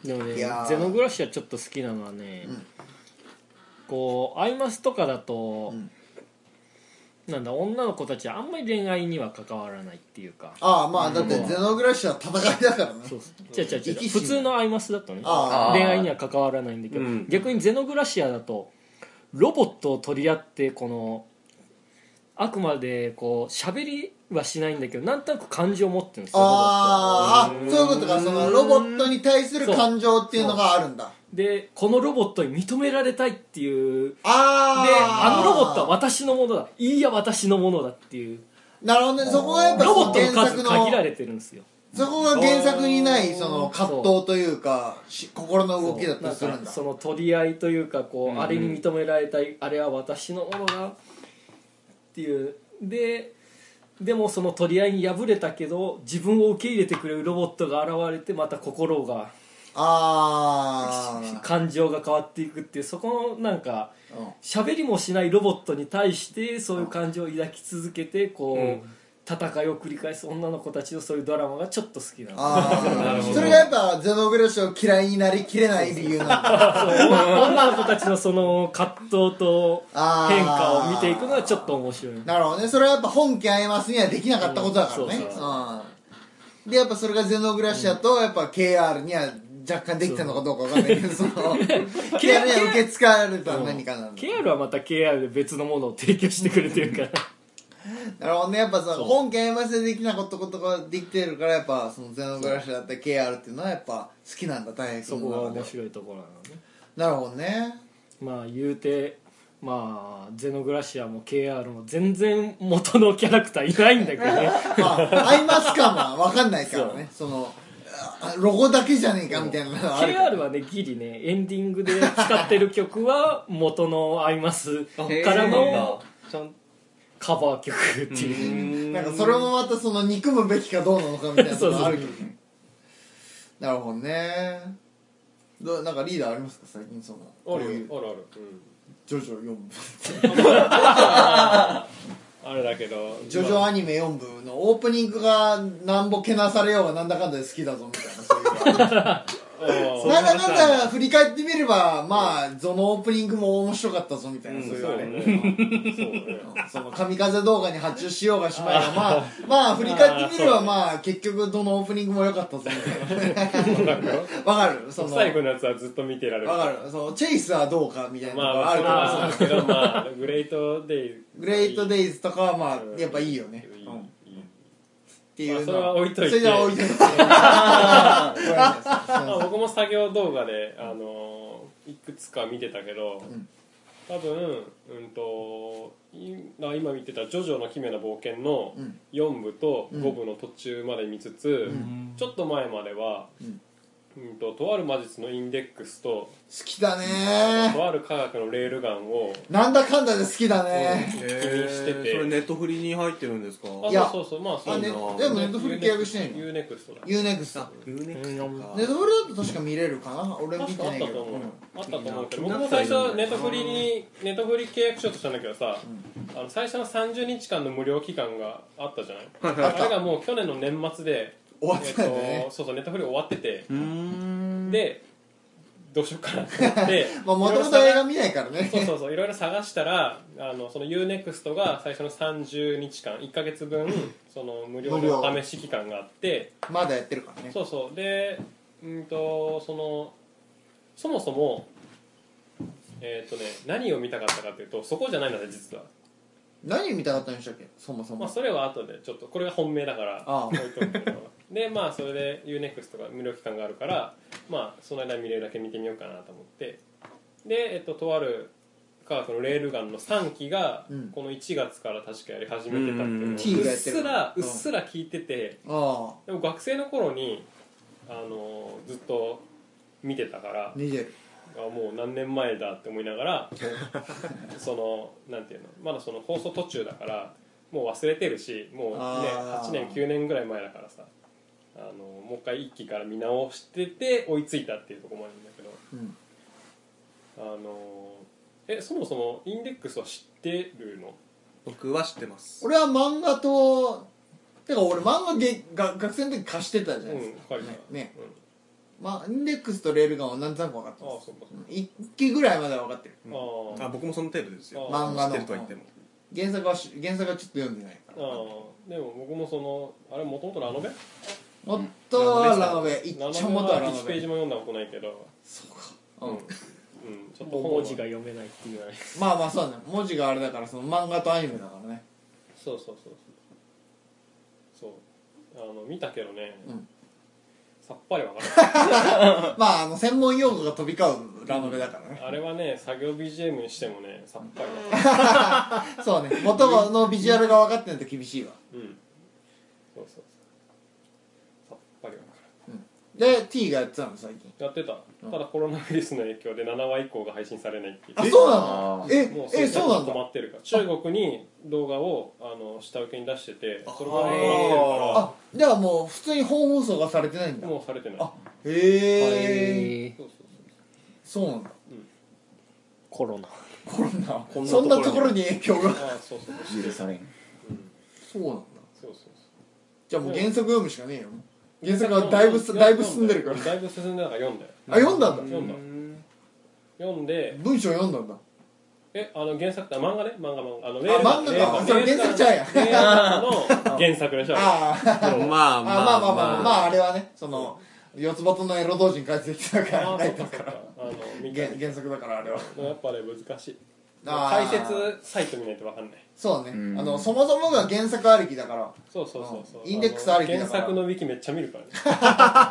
でもね
いやー
ゼノグラシアちょっと好きなのはね、こうアイマスとかだと、なんだ女の子たちはあんまり恋愛には関わらないっていうか
ああまあだってゼノグラッシュは戦いだからね
そうそう違う違う違
生き死
う普
に
通のアイマスだとね
あ
あ
恋愛には関わらないんだけど、
うん
逆にゼノグラシアだとロボットを取り合ってこのあくまでこう喋りはしないんだけどなんとなく感情を持ってるんですよロボットは
あああそういうことかそのロボットに対する感情っていうのがあるんだ
でこのロボットに認められたいっていうで
ああ
あのロボットは私のものだいいや私のものだっていう
なるほどねそこがやっぱ
ロボット
原
の数
作
限ら
の
れてるんですよ
そこが原作にないその葛藤というかし心の動きだったりする
なん
ん
か
だ
その取り合いというかこう、あれに認められたいあれは私のものだっていうででもその取り合いに敗れたけど自分を受け入れてくれるロボットが現れてまた心が
ああ
感情が変わっていくっていうそこのなんか喋りもしないロボットに対してそういう感情を抱き続けてこう、戦いを繰り返す女の子たちのそういうドラマがちょっと好きなの
ああそれがやっぱゼノグラッシュを嫌いになりきれない理由なんだ
そう女の子たちのその葛藤と
あー
変化を見ていくのはちょっと面白い
なるほどねそれはやっぱ本家アイマスにはできなかったことだからね
うんそうそう
うんでやっぱそれがゼノグラシアとやっぱ KR には若干できたのかどうかわかんないけど その KR には受け継がれた何かなんだ
KR はまた KR で別のものを提供してくれてるから
なるほどねやっぱその本家アイマスでできなかったことができてるからやっぱそのゼノグラシアだったり KR っていうのはやっぱ好きなんだ大
そ
変
こが
の中
面
で
白いところなのね
なるほどね
まあ言うてまあゼノグラシアも KR も全然元のキャラクターいないんだけ どね
まあアイマス感はわかんないからねそのあロゴだけじゃねえかみたいなのがあるから
KR はねギリねエンディングで使ってる曲は元の「アイマス」か
へー
ら
そうなん
の
だ
ちゃん
カバー曲っていう
なんかそれもまたその憎むべきかどうなのかみたいなとこあるけどなるほどねどうなんかリーダーありますか最近そのこ
あ
う
る
いう
よあるある、
ジョジョ4部
うん、あれだけど
ジョジョアニメ4部のオープニングがなんぼけなされようがなんだかんだで好きだぞみたいなそういう
うん
なんだかんだ振り返ってみればまあそのオープニングも面白かったぞみたいな、そういう
そ
あ
う
れ
ねそうね
その神風動画に発注しようがしまいがま あまあ振り返ってみればまあ結局どのオープニングも良かったぞみたいなわかるその
最後のやつはずっと見てられる
わかるそのチェイスはどうかみたいなの
まあま
が
あ
あ
そ
る
れ
から、
はそうだけどまあグレートデイ
グレートデイズとかはま
うん
あやっぱいいよね、
いい
うんっ
いい
ていうの
まあそれは置いといて
それは置いといてごめんなさい
まあ僕も作業動画で、あのーいくつか見てたけど、
ん
多分、うん、といあ今見てた「ジョジョの奇妙な冒険」の
うん
4部と
うん
5部の途中まで見つつ、
ん
ちょっと前までは、
うん
うんととある魔術のインデックスと
好きだね
とある科学のレールガンを
なんだかんだで好きだね、
ーしてて
それネットフリに入ってるんですか
あ
いや
そうそうそうまあそ
あ
う
ね、で
な
もネットフリ契約してないの
UNEXT だ
UNEXT ネットフリだと確か見れるかな俺見て
確かあっ
ない
た
け
と
ど、
思う、
うん
あったと思うけど僕も最初ネットフリにネットフリ契約しようとしたんだけどさ、あの最初の30日間の無料期間があったじゃない
いはい
あれがもう去年の年末で
終わってたよ
えっ
ね
と、そうそうネットフリ終わってて
うん
でどうしようかなと思って
まあもともと映画見ないからね
そうそうそういろいろ探したらあのその UNEXT が最初の30日間1か月分その無料
無料
の試し期間があって
まだやってるからね
そうそうでうんとそのそもそもえっ、とね何を見たかったかというとそこじゃないので実は、
何見たかったんでしたっけそもそ
ま
も
あ、それは後でちょっとこれが本命だから
ああ
置いとくけどでまあそれで UNEXT が無料期間があるからまあその間見れるだけ見てみようかなと思ってで、えっと、とある科学のレールガンの3期が
うん
この1月から確かやり始めてたっていうのをう
T がや
っ
って
す
る
らう
う
っ
ん
すら聞いてて、
あ
でも学生の頃にあのずっと見てたから
あ見てる
あもう何年前だって思いな がらそのなんていうのまだその放送途中だからもう忘れてるしもうね
あー
8年9年ぐらい前だからさあのもう一回一期から見直してて追いついたっていうところもあるんだけど
うん
あのえそもそもインデックスは知ってるの
僕は知ってます
俺は漫画とてか俺漫画げが学生の時貸してたじゃないですか、
うん借りた
ねね
うん
まあインデックスとレールガンはなんとなく分かって
ああ
ます
そうかそうか
1期ぐらいまでは分かってる
あー
あ僕もその程度ですよ
あ
漫
知
画
っ
の
てるとは言っても
原作はし原作はちょっと読んでないか
あ
ら
ーでも僕もそのあれもともとラノベ
元はラノベ一
ラノベ
丁元はラ
は
ノ
1ペー
ベ
ジも読んだことないけど
うん
うんちょっと
もう
本は
文字が読めないって言われ
まあまあそうだね文字があれだからその漫画とアニメだからね
そうそうそうそうそうあの見たけどね、
うん
さっぱりわから
まああの専門用語が飛び交うラノベだからね
ないあれはね 作業 BGM にしてもねさっぱりわからない
そうね元のビジュアルが分かってないと厳しいわ
うんそうそうそうさっぱりわから
で T がやってたの最近
ないやってたただコロナウイルスの影響で7話以降が配信されないっていう
あそうなのえ
もう
え
制
そ
作
うなん
止
だ
まってるから中国に動画をあの下請けに出しててそれが止まってる
あじゃあもう普通に本放送がされてないん
か
だ
ら
へ
もうされてない
あえ
そ
る
うそうそう
そうなんだ
コロナ
コロナ
こんな
そんな
と
と
こ
こ
ろ
ろに影響が
ああそうそう
許されん
そうなんだ
そうそうそう
じゃあもう原作読むしかねえよ原作はだいぶすだいぶ進んでるから
だいぶ進んでるから読んだよ
あ読んだんだ
読んだ読んで
文章読んだんだ
えあの原作って漫画ね漫画漫画あの
漫画かそれ原作ちゃうやん
レーガン の原作でしょあ
あー
ま あま
あ
あ
まあまあまあまああれはねその四つ葉とのエロ同人解説したか
れあ
らラ
ーそ
イ
っ
ト
か
だか
そっからあの見
原
解
原作だからあれは
やっぱあれ難しい
あ
解
ー
説サイト見ないと分かんない
そうね
ん
あのそもそもが原作ありきだから
そうそうそうそう
うんインデックスありきだから
の原作のウィキめっちゃ見るから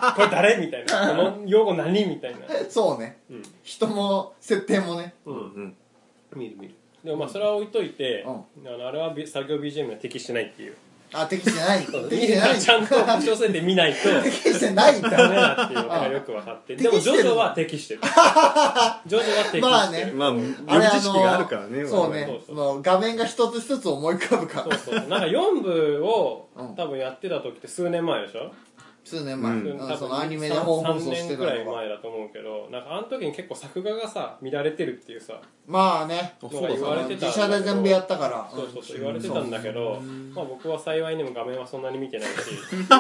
ね これ誰みたいなこの用語何みたいな
そうね
うん
人も設定もね
うんうん
見る見るでもまあそれは置いといて
う
あのあれはビ作業 BGM には適してないっていう
あ適してない適
見
して
る
ない
ちゃんと故障線で 見ないと
適してないん
ダメ
だ
だっていうのがよく分かってでも
適
ジ
してる
ョジョは適して るジョジョは適してる
まあね
まあ
あれ
予
あ
知
の
識があるからね
そう
そう
ね
そう
その画面が一つ一つ思い浮かぶか
そう
ら
そうなんか4部を
うん
多分やってた時って数年前でしょ、
数年前
う
うん、
うんそのアニメで本放送してた
3年くらい
のが
前だと思うけどなんかあの時に結構作画がさ乱れてるっていうさ
まあね
のが言われてた
自社で全部やったから
そうそうそう言われてたんだけど、まあ、僕は幸いにも画面はそんなに見てないし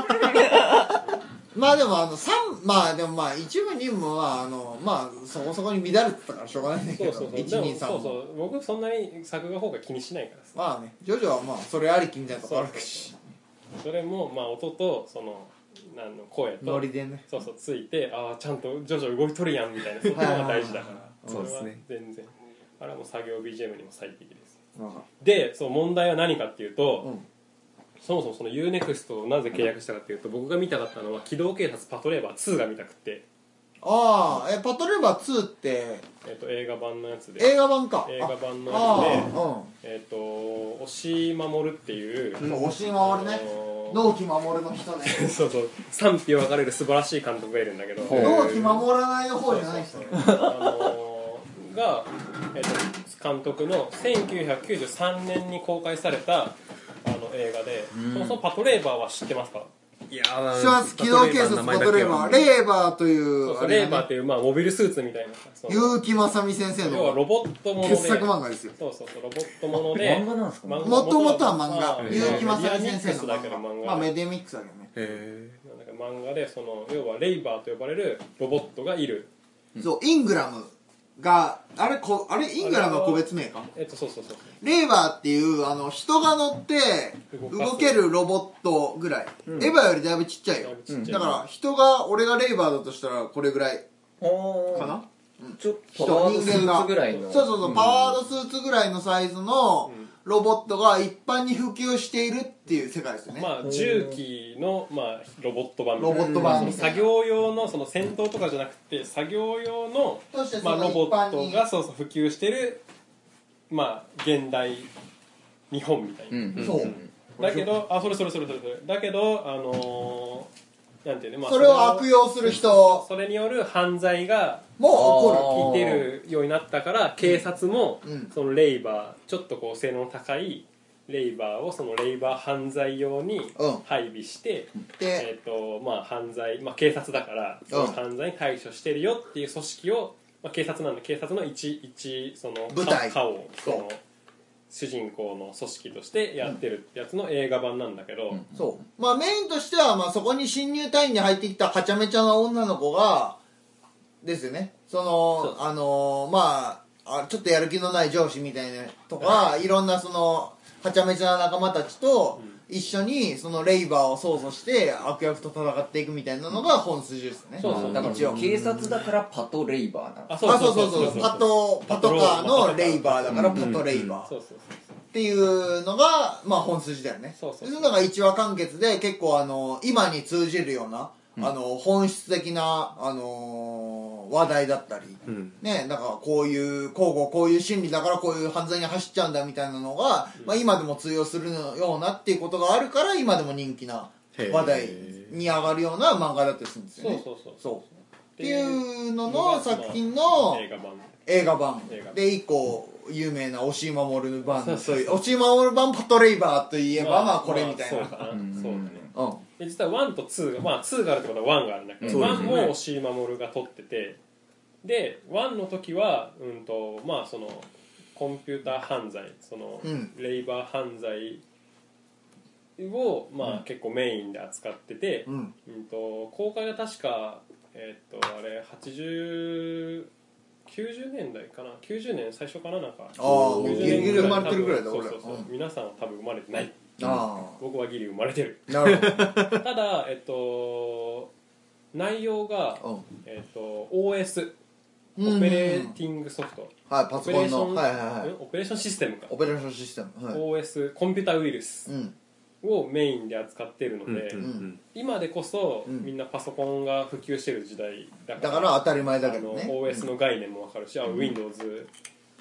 まあでもあの三まあでもまあ一部任務はあのまあそこそこに乱れてたからしょうがないんだけ
そ
ど
うそうそう
一
でも
二三
そうそ
も
う僕そんなに作画方が気にしないからさ
まあねジョジョはまあそれありきみたいなとこあるし
それもまあ音とそのなんの声と
ノリでね
そうそうついてああちゃんと徐々動いとるやんみたいなそこが大事だから
そうですね
れは全然あれはもう作業 BGM にも最適です
うん
でそう問題は何かっていうと、
うん
そもそもその UNEXT をなぜ契約したかっていうと僕が見たかったのは「機動警察パトレーバー2」が見たくて、
ああえパトレーバー2って
えっと映画版のやつで
映画版か
映画版の
あ
やつで
あ
えっと押井守っていう、
うん押し守る
あ
ね
のー
納期守るの人ね
そうそう賛否分かれる素晴らしい監督がいるんだけど
納期守らない方じゃない人ね
あのーが、えっと監督の1993年に公開されたあの映画で、そもそもパトレーバーは知ってますか
いやー
シュワス機動警察パトレーバーレーバーという
そうそう
あれ
レ
が
ーバー
ね
という、まあ、モビルスーツみたいなその
結城正美先生
要は
の
ロボットもので
傑作漫画ですよ
そうそうそうロボットもので
漫画なんですか
漫
もともとは漫
あ
画
ー
結城正美
リア
先
ミック
生
ス
の
だけど
漫
漫
画まあ
画
メディミックスだけどね
へ
なんか漫画でその要はレイバーと呼ばれるロボットがいる
そうイングラムがあれこあれイングラムは個別名か
えっとそうそうそう
レーバーっていうあの人が乗って
動かす
動けるロボットぐらい、エヴァよりだいぶちっちゃいよ
だいぶちっちゃい
だから人が俺がレーバーだとしたらこれぐらいかな、
ちょっと
人
パワードス
人間
ーツ
が
ぐらいの
そうそうそう、パワードスーツぐらいのサイズのロボットが一般に普及しているっていう世界ですよね、
まあ重機の、まあ、ロボット版みたい
ロ
な
ボット版みたいな、
作業用のその戦闘とかじゃなくて作業用の、
そしてそ
まあ、
の
ロ
一
ボッ
般
ト
に
がそうそう普及してる、まあ、現代日本みたいな、
うん
そう
だけどあそれそれそれそれそれだけどあのーなんていうね、まあ、
それを悪用する人
それによる犯罪が
も起こる
効いてるようになったから警察も
うん
そのレイバーちょっとこう性能の高いレイバーをそのレイバー犯罪用に
うん
配備して、
で
えーとまあ、犯罪、まあ、警察だからその犯罪に対処してるよっていう組織を、まあ、警察なんで警察の一一その
舞台
課をそ
そう
の主人公の組織としてやってるってやつの映画版なんだけど、
そうまあメインとしてはまあそこに新入隊員で入ってきたはちゃめちゃな女の子がですよねその
そう
あのーまああちょっとやる気のない上司みたいなとかいろんなそのはちゃめちゃな仲間たちと一緒にそのレイバーを操作して悪役と戦っていくみたいなのが本筋ですね
そうそう
だから
一応
警察だからパトレイバーなの
あ
あそうそうそうパトパトカーのレイバーだから
うん
パトレイバー
そ
っ
うそうそ
ていうのがまあ本筋だよね
そうそうそう
でのが一話完結で結構あの今に通じるようなあの本質的なあの話題だったり
うん
ね、なんかこういうこうこうこういう心理だからこういう犯罪に走っちゃうんだみたいなのが、まあ、今でも通用するようなっていうことがあるから今でも人気な
へー
話題に上がるような漫画だったりするんですよ
う
ね。
そうそう
そう
っ
っていうの
まあ
の作品の
映画版
映画版
映画
で一個有名な押井守る版そういう押井守る版パトレイバーといえばまあこれみたいな、
まあそうかな
うん
そうだね
うん
で実は1と2がまあ2があるってことは1があるんだけど、
そうです
1
ね
も押井守が取っててで1の時はうんとまあそのコンピューター犯罪その、
うん
レイバー犯罪をまあ結構メインで扱ってて、
うん
うんと公開が確かえーっとあれ80 90年代かな90年最初かななんか
あーもう
90
ギリギリ生まれてるぐらいだ
多分
俺
そうそうそう、
う
皆さんは多分生まれてない
あ
僕はギリ生まれてる
あなるほ
ただえっと内容が、
ど、
えっと、OS
う
オ
ん、
ペレーティングソフト、
はいパ
オペ
ソ
レ
コ
ー
ン
ション
のはいはいはい
んオペレーションシステムか
オペレーションシステムはい
OS コンピュータウイルス
うん
をメインで扱っているの
うん
で、
うん
今でこそ、
うん
みんなパソコンが普及してる時代だか
だ
ら
から当たり前だけ
あ
ど
の
ね
OS の概念も分かるし、あ Windows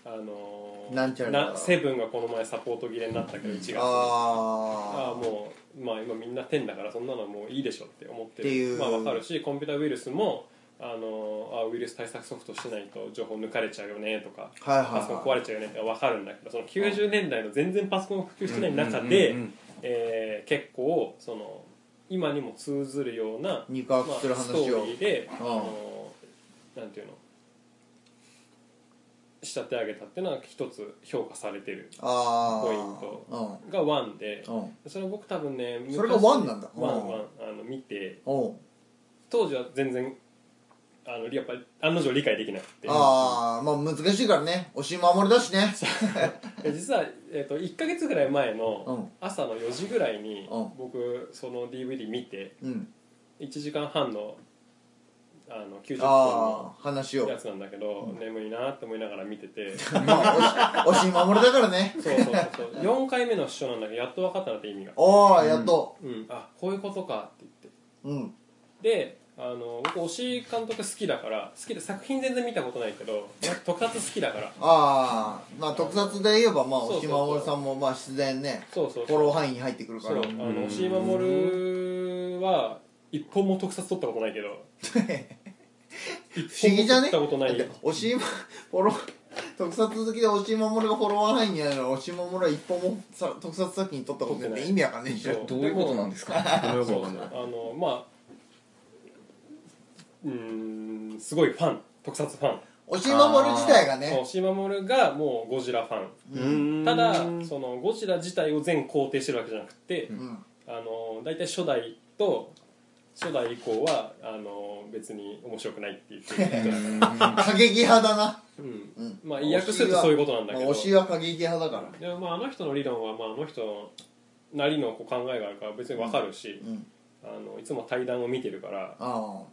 あのー
なんちゃらだから
セブンがこの前サポート切れになったけど1月ああ
ああ
もうまあ今みんな10だからそんなのもういいでしょって思ってる
っていう
まあわかるしコンピュータウイルスもあのあウイルス対策ソフトしてないと情報抜かれちゃうよねとか
はいはい
パソコン壊
はい
れちゃうよねってわかるんだけどその90年代の全然パソコンが普及してない中で
うん
えー結構その今にも通ずるような
肉薄
まあ
する
スト
話
ー
を
リーであ
うん
のなんていうの仕立て上げたっていうのは一つ評価されてる
ああ
ポイントが1で
うんうん
それ僕多分ね
それがワンなんだ
ワン
うん
ワンあの見て
おう
当時は全然あのやっぱり案の定理解できなくて
ああまあ難しいからね押し守りだしね
で実は、えっと1か月ぐらい前
う
の
ん
朝の4時ぐらいに
うん
僕その DVD 見て
うん
1時間半のあの90分
あ
の
あ話を
やつなんだけど眠いなって思いながら見 ててそ
まあ押し守りだからね
うそうそう4回目の主張なんだけどやっと分かったなって意味が、
おおやっと
うん、あこういうことかって言って
うん
であの僕押井監督好きだから好きで作品全然見たことないけど特撮好きだから
ああまあ特撮で言えばまあ
そうそ
押し
うそう
守りさんもまあ必然ね
そうそ
フ
う
ォロー範囲に入ってくるか
そ
ら
うあの押井守は一本も特撮撮ったこ とないけど
不思議じゃね
一本も撮ったことない
だって押しまフォロー特撮好きで押井守がフォロワー範囲にあるの押井守は一本もさ特撮作品撮ったことな
撮って
い
ない
意味わかんないでし
そ
ょ
う
どういうことなんですか
うんよくわかんない
あのまあうーんすごいファン特撮ファン
押井守自体が
そう
ね
押井守がもうゴジラファン
うん
ただそのゴジラ自体を全肯定してるわけじゃなくて、
うん
あの大体初代と初代以降はあの別に面白くないって言ってる人だから
過激派だな
うん
うん
まあ意訳するとそういうことなんだけ
ま
ど
あ押井は過激派だから
でもまああの人の理論はまああの人なりのこう考えがあるから別にわかるし、
うん
あのいつも対談を見てるからあ
あ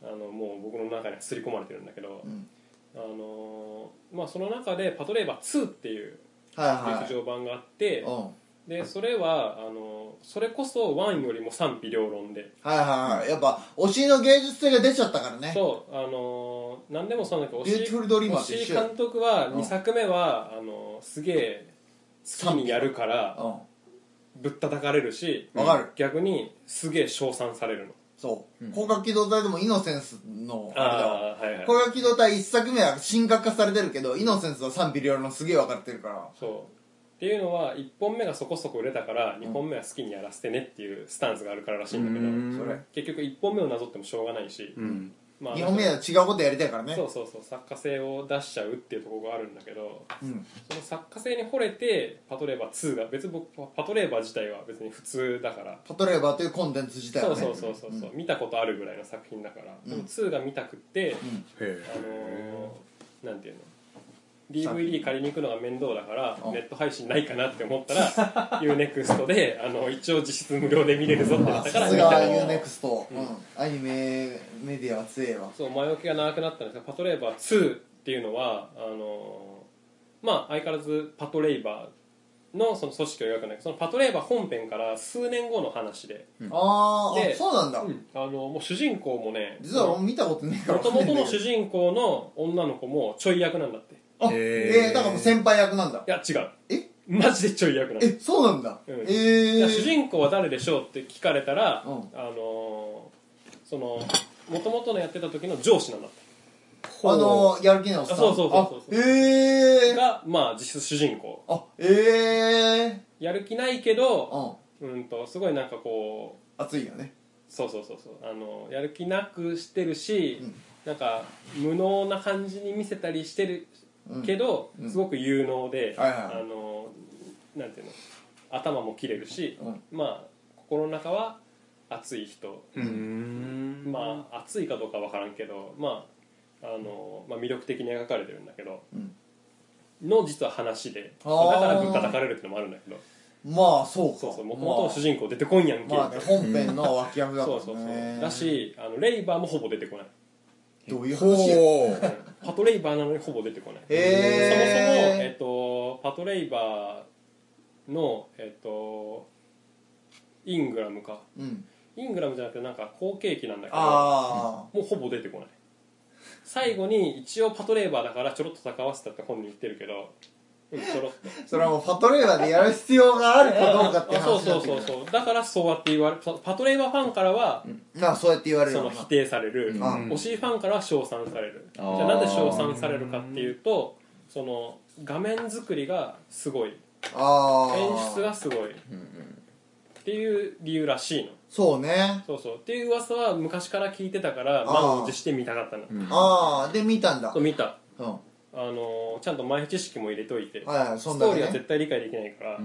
のもう僕の中には刷り込まれてるんだけど
あう、ん
あのーまあ、その中で「パトレーバー2」っていう
はいはい
劇場版があって、
うんはい
でそれはあのーそれこそ1よりも賛否両論で、
はいはいやっぱ押井の芸術性が出ちゃったからね
そうあのー何でもそうなんだけど
ビューティフルドリーマーと
押井
一緒
監督は
うん
2作目は、あのーすげえ好きにやるから
うん
ぶったたかれるし
わかる
逆にすげえ称賛されるの
そう高架機動隊でもイノセンスのあれだわ
あーはいはい
高架機動隊1作目は神格化されてるけどイノセンスは賛否両論すげえ分かれてるから
そうっていうのは1本目がそこそこ売れたから2本目は好きにやらせてねっていうスタンスがあるかららしいんだけど、
うん
それ
結局1本目をなぞってもしょうがないし、
うん
ま
日本目は違うことやりたいからね
そうそうそう作家性を出しちゃうっていうところがあるんだけど
うん
その作家性に惚れて「パトレーバー2」が別に僕パトレーバー自体は別に普通だから、
パトレーバーというコンテンツ自体は
そう
ね
そうそうそうそう、見たことあるぐらいの作品だから、でも2が見たくって、
へ
あのーなんていうの DVD 借りに行くのが面倒だからネット配信ないかなって思ったら UNEXT であの一応実質無料で見れるぞってな
あ
ったか
さ
ら
す
見た
が
ら
UNEXT、うん、アニメメディアは強えわ
そう前置きが長くなったんですがパトレーバー2っていうのはあのーまあ相変わらずパトレーバーのその組織を描くんだけどそのパトレーバー本編から数年後の話で、
あーあ
で
そうなんだ、
あのもう主人公もね
実は俺見たことねえから
もともとの
主
主人公の女の子もちょい役なんだってい
あえー、だからもう先輩役なんだ
や違う
え
マジでちょい役なんだ
えそうなんだ、
うん
え
いや
ー、
主人公は誰でしょうって聞かれたら、
うん
あのーそのもともとのやってた時の上司なんだって
あのやる気のおっさん
あそうそうそうそう
あえー、
がまあ実質主人公
あえ
やる気ないけ
ー、う
ど、
ん
うん、とすごいなんかこう
熱いよね
そうそうそうそうあのやる気なくしてるし、
うん
なんか無能な感じに見せたりしてる
うん
けど、
うん
すごく有能で、
はいはいはい
あのなんていうの頭も切れるし、
うん
まあ心の中は熱い人、
うん
まあ熱いかどうかわからんけど、まああのまあ、魅力的に描かれてるんだけど、
うん
の実は話でだ
あー
からぶったたかれるってのもあるんだけど
まあそうか
そうそうもともと主人公出てこんやん
ま
け、
あ、まあね、本編の脇役だか
そ
ら
う
ね
そうそうだしあのレイバーもほぼ出てこない
どういう話や
ほう
パトレイバーなのにほぼ出てこない、そもそも、え
へ
っと、パトレイバーの、えっと、イングラムか
ーうん
イングラムじゃなくてなんか後継機なんだけど
あ
もうほぼ出てこない最後に一応パトレーバーだからちょろっと戦わせたって本人言ってるけど、うん、ちょろっと
あそれはもうパトレーバーでやる必要があるかどうかって
あそう
話に
そ
なってく
うそ
る
うそうだからそうやって言われパトレーバーファンからは
まあそうやって言われる
そ
わ
の
な
否定される、
あ
うん
推しファンからは称賛されるじ
あー
ゃあなんで称賛されるかっていうとその画面作りがすごい
あー
演出がすごいっていう理由らしいの
そうね
そうそうっていう噂は昔から聞いてたから
ー
満を持して見たかったの
ああで見たんだ
そう見た
うんは
あのーちゃんと前知識も入れといて、
いはいそ
ス
んだ
トー
け
リーは
ね
絶対理解できないから、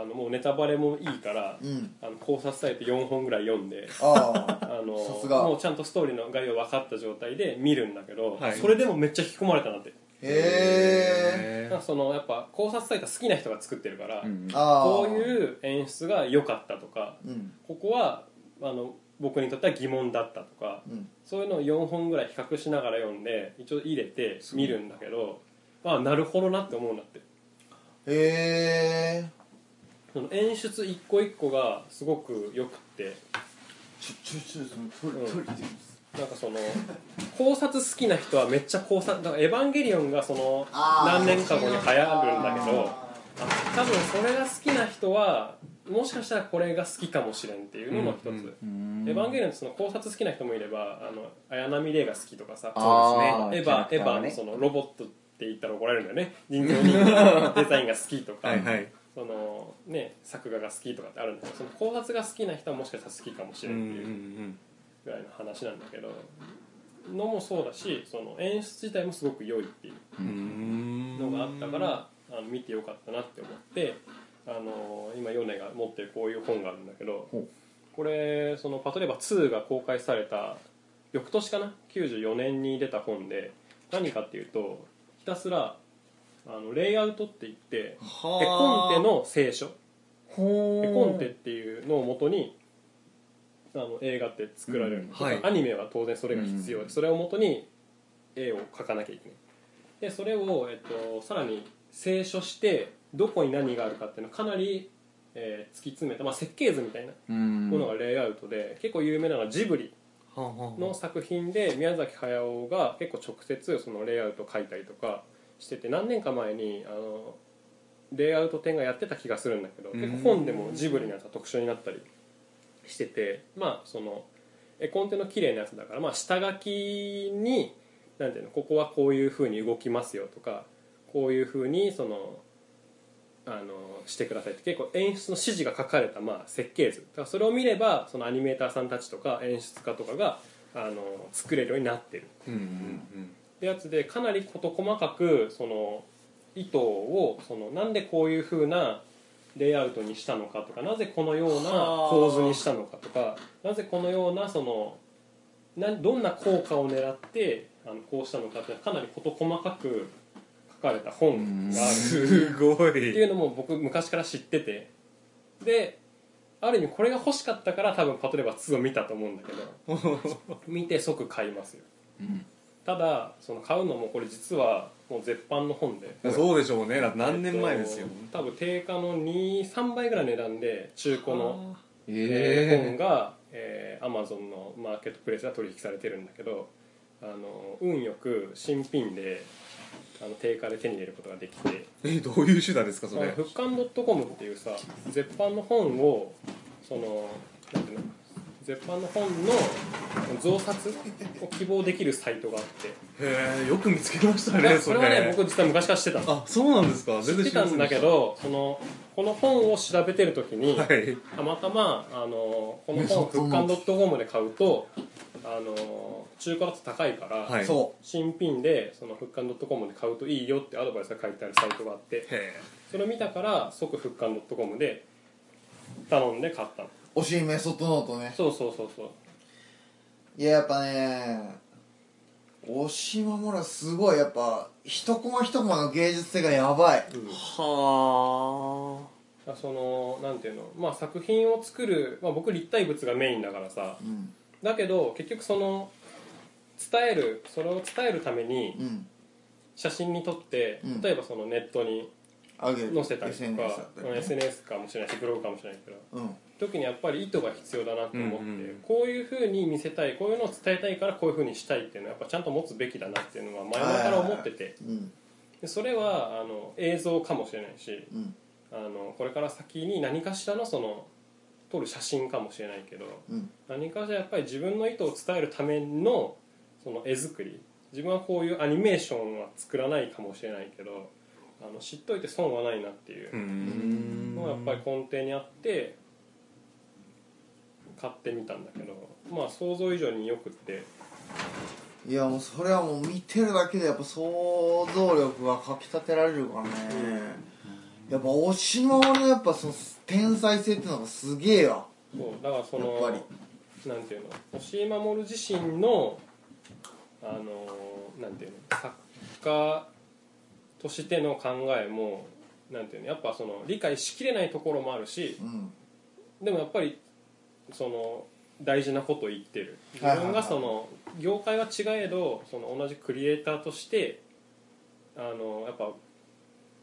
あのもうネタバレもいいから、
うん
あの考察サイト4本ぐらい読んで。
あ
あ
あ
のー
さすが
もうちゃんとストーリーの概要分かった状態で見るんだけど、
はい
それでもめっちゃ引き込まれたなって、
へえ
なんかそのやっぱ考察サイト好きな人が作ってるか
あ
ら、
あ
こういう演出が良かったとか
うん
ここはあの僕にとっては疑問だったとか、
うん
そういうのを4本ぐらい比較しながら読んで一応入れて見るんだけどあなるほどなって思うんだって
へえ
その演出一個一個がすごくよくって
ちょちょちょそのトイレ
うん
トイレで
なんかその考察好きな人はめっちゃ考察だから「エヴァンゲリオン」がその
あー
何年か後に流行るんだけど
あ
あ多分それが好きな人はもしかしたらこれが好きかもしれんっていうのも一つ「エヴァンゲリオン」ってその考察好きな人もいればあの綾波レイが好きとかさ
あー
エヴ
キャラ
ァ
ク
エ
タ
ヴ
ー
ァ
がね
のそのロボットって言ったら怒られるんだよね人形 にデザインが好きとか。
はいはい
そのね作画が好きとかってあるんだけどその考察が好きな人はもしかしたら好きかもし
う
れ
んうん
んって
う
いうんぐらいの話なんだけどのもそうだしその演出自体もすごく良いっていう
うん
のがあったからあの見てよかったなって思ってあの今米が持ってるこういう本があるんだけど
ほう
これそのパトレーバー2が公開された翌年かな94年に出た本で何かっていうとひたすらあのレイアウトって言って絵コンテの聖書
ほ
絵
ー
コンテっていうのをもとにあの映画って作られる、
うんはい
アニメは当然それが必要で、それをもとに絵を描かなきゃいけないでそれを、えっと、さらに清書してどこに何があるかっていうのをかなり、えー突き詰めた、まあ、設計図みたいなものがレイアウトで、結構有名なのはジブリの作品で宮崎駿が結構直接そのレイアウトを描いたりとかしてて何年か前にあのレイアウト展がやってた気がするんだけど結構本でもジブリのやつは特集になったりしててまあその絵コンテの綺麗なやつだからまあ下書きになんていうのここはこういうふうに動きますよとかこういうふうにその。あのしてくださいって結構演出の指示が書かれた、まあ、設計図だからそれを見ればそのアニメーターさんたちとか演出家とかがあの作れるようになってる
うんうん
ってやつでかなり事細かくその意図をそのなんでこういう風なレイアウトにしたのかとかなぜこのような構図にしたのかとかなぜこのようなそのなどんな効果を狙ってあのこうしたのかっていうのはかなり事細かく書書かれた本がある
すご
っ
い
ていうのも僕昔から知っててである意味これが欲しかったから多分パトレーバー2を見たと思うんだけど 見て即買いますよ、ただその買うのもこれ実はもう絶版の本で
そうでしょうねだって何年前ですよ
えっと多分定価の23倍ぐらいの値段で中古の、えー本
え
が、えー、Amazon のマーケットプレイスで取引されてるんだけどあの運よく新品であの定価で手に入れることができて
えどういう手段ですかそ
あの
れ
復刊ドットコムっていうさ絶版の本をそのなんていうの絶版の本の増刷を希望できるサイトが あって
へえよく見つけました
い
ね
やそれはね僕実は昔からしてたの
あそうなんですか全
知っ
然
て
知り
た
ませ
ん
で
だ
し
けどそのこの本を調べてる時に、
はい
たまたまあのこの 本を復刊ドットコムで買うとあの中古だと高いから、
はい
そ
新品でその復刊ドットコムで買うといいよってアドバイスが書いてあるサイトがあって
へ
それを見たから即復刊ドットコムで頼んで買ったの
う。惜しいメソッドノートね。
そうそうそうそう
いや、やっぱね、押し守るすごい、やっぱ、一コマ一コマの芸術性がやばい。
は
だからそのなんていうの、まあ、作品を作る、まあ、僕立体物がメインだからさ
うん。
だけど結局その伝えるそれを伝えるために
うん。
写真に撮って
うん
例えばそのネットに
あげる。
載せたりと
SNS だ
か
っ、た
まあ
り
SNS,
ね
かもしれないしブログかもしれないけど
うん。
時にやっぱり意図が必要だなと思っ
うん
て、
うん
こういうふうに見せたいこういうのを伝えたいからこういうふうにしたいっていうのはやっぱちゃんと持つべきだなっていうのは前々から思ってて
うん。
でそれはあの映像かもしれないし
うん。
あのこれから先に何かしらのその撮る写真かもしれないけど
うん。
何かしらやっぱり自分の意図を伝えるためのその絵作り自分はこういうアニメーションは作らないかもしれないけどあの知っといて損はないなっていう
うーん
のがやっぱり根底にあって買ってみたんだけどまあ想像以上によくって
いや、もうそれはもう見てるだけで、やっぱ想像力がかき立てられるからね。やっぱ押し守るのやっぱその天才性っていうのがすげえわ。
そうだからそ
やっぱ
のなんていうの押井守自身のあのなんていうの作家としての考えもなんていうのやっぱその理解しきれないところもあるし
うん。
でもやっぱりその大事なことを言ってる自
はいはいはい
分がその業界は違えどその同じクリエイターとしてあのやっぱ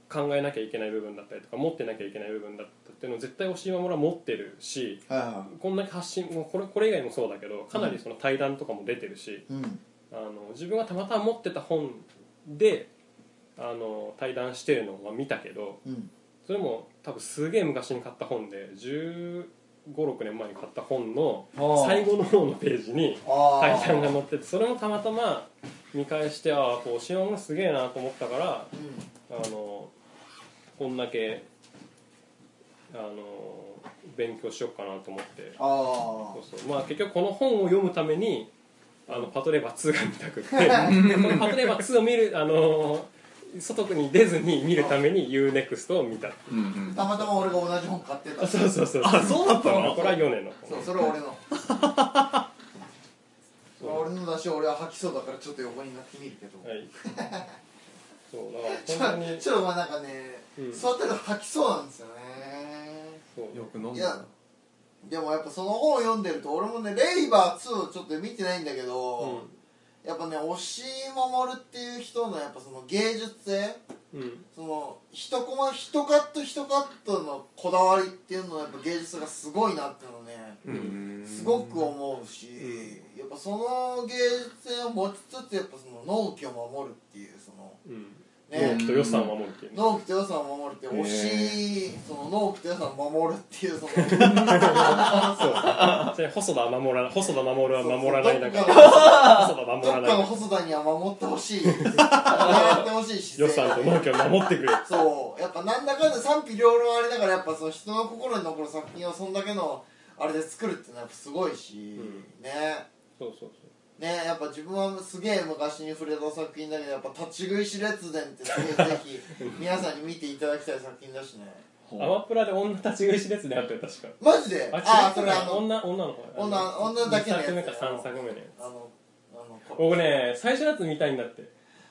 考えなきゃいけない部分だったりとか持ってなきゃいけない部分だったっていうのを絶対押井守は持ってるし
はいは
こんだけ発信もうこれこれ以外もそうだけどかなりその対談とかも出てるし、
い。うん。
あの自分がたまたま持ってた本であの対談してるのは見たけど
うん。
それも多分すげえ昔に買った本で1 5 6年前に買った本の最後の方のページに
あ
対
ー
談が載っててそれもたまたま見返してああこう押尾もすげえなと思ったから
うん
あのこんだけあの勉強しよっかなと思って
あ
そ
あ
うそうまあ結局この本を読むためにあのパトレーバー2が見たくて このパトレーバー2を見るあのー外に出ずに見るために UNEXT を見た
うんうん
たまたま俺が同じ本買ってた
そうそうそうあそうだったのこれは4年の
そうそれは俺 のそれは俺のだし俺は吐きそうだからちょっと横になってみるけど
はいそうだ
ち
から
ょ
本当に
ちょっとまあなんかね、
うん
座ってると吐きそうなんですよね
そう
よく飲ん
い
だ
やでもやっぱその本を読んでると俺もね「レイバー2」ちょっと見てないんだけど、やっぱね押井守っていう人のやっぱその芸術性
うんうん
その一コマ一カット一カットのこだわりっていうのはやっぱ芸術がすごいなっていうのをね
うーん
すごく思うし、やっぱその芸術性を持ちつつやっぱその納期を守るっていうその
うん
ね、
もっと予算を守るっていうね
納期と予算を守るって推し、その納期と予算を守るって いうそのそう
それ細田は守らない細田守は守らないだか
どっ
ら細田
の
守
ど
ら
っかの
ない
細田には守ってほしい守ってほしい
予
姿勢
算と納期を守ってくれ
そうやっぱなんだかんだ賛否両論あれだからやっぱその人の心に残る作品をそんだけのあれで作るっていうのはやっぱすごいし、ね
そうそうそう
ねやっぱ自分はすげえ昔に触れた作品だけどやっぱ「立ち食いし列伝」ってすごいぜ ひ皆さんに見ていただきたい作品だしね
アマプラで女立ち食いし列であったよ確か
マジであ
あ、違
あ
う
それあの
女女の方あの
女女だけのやつ
二作目か3作目のやつ
あのあのこ
僕ね最初のやつ見たいんだって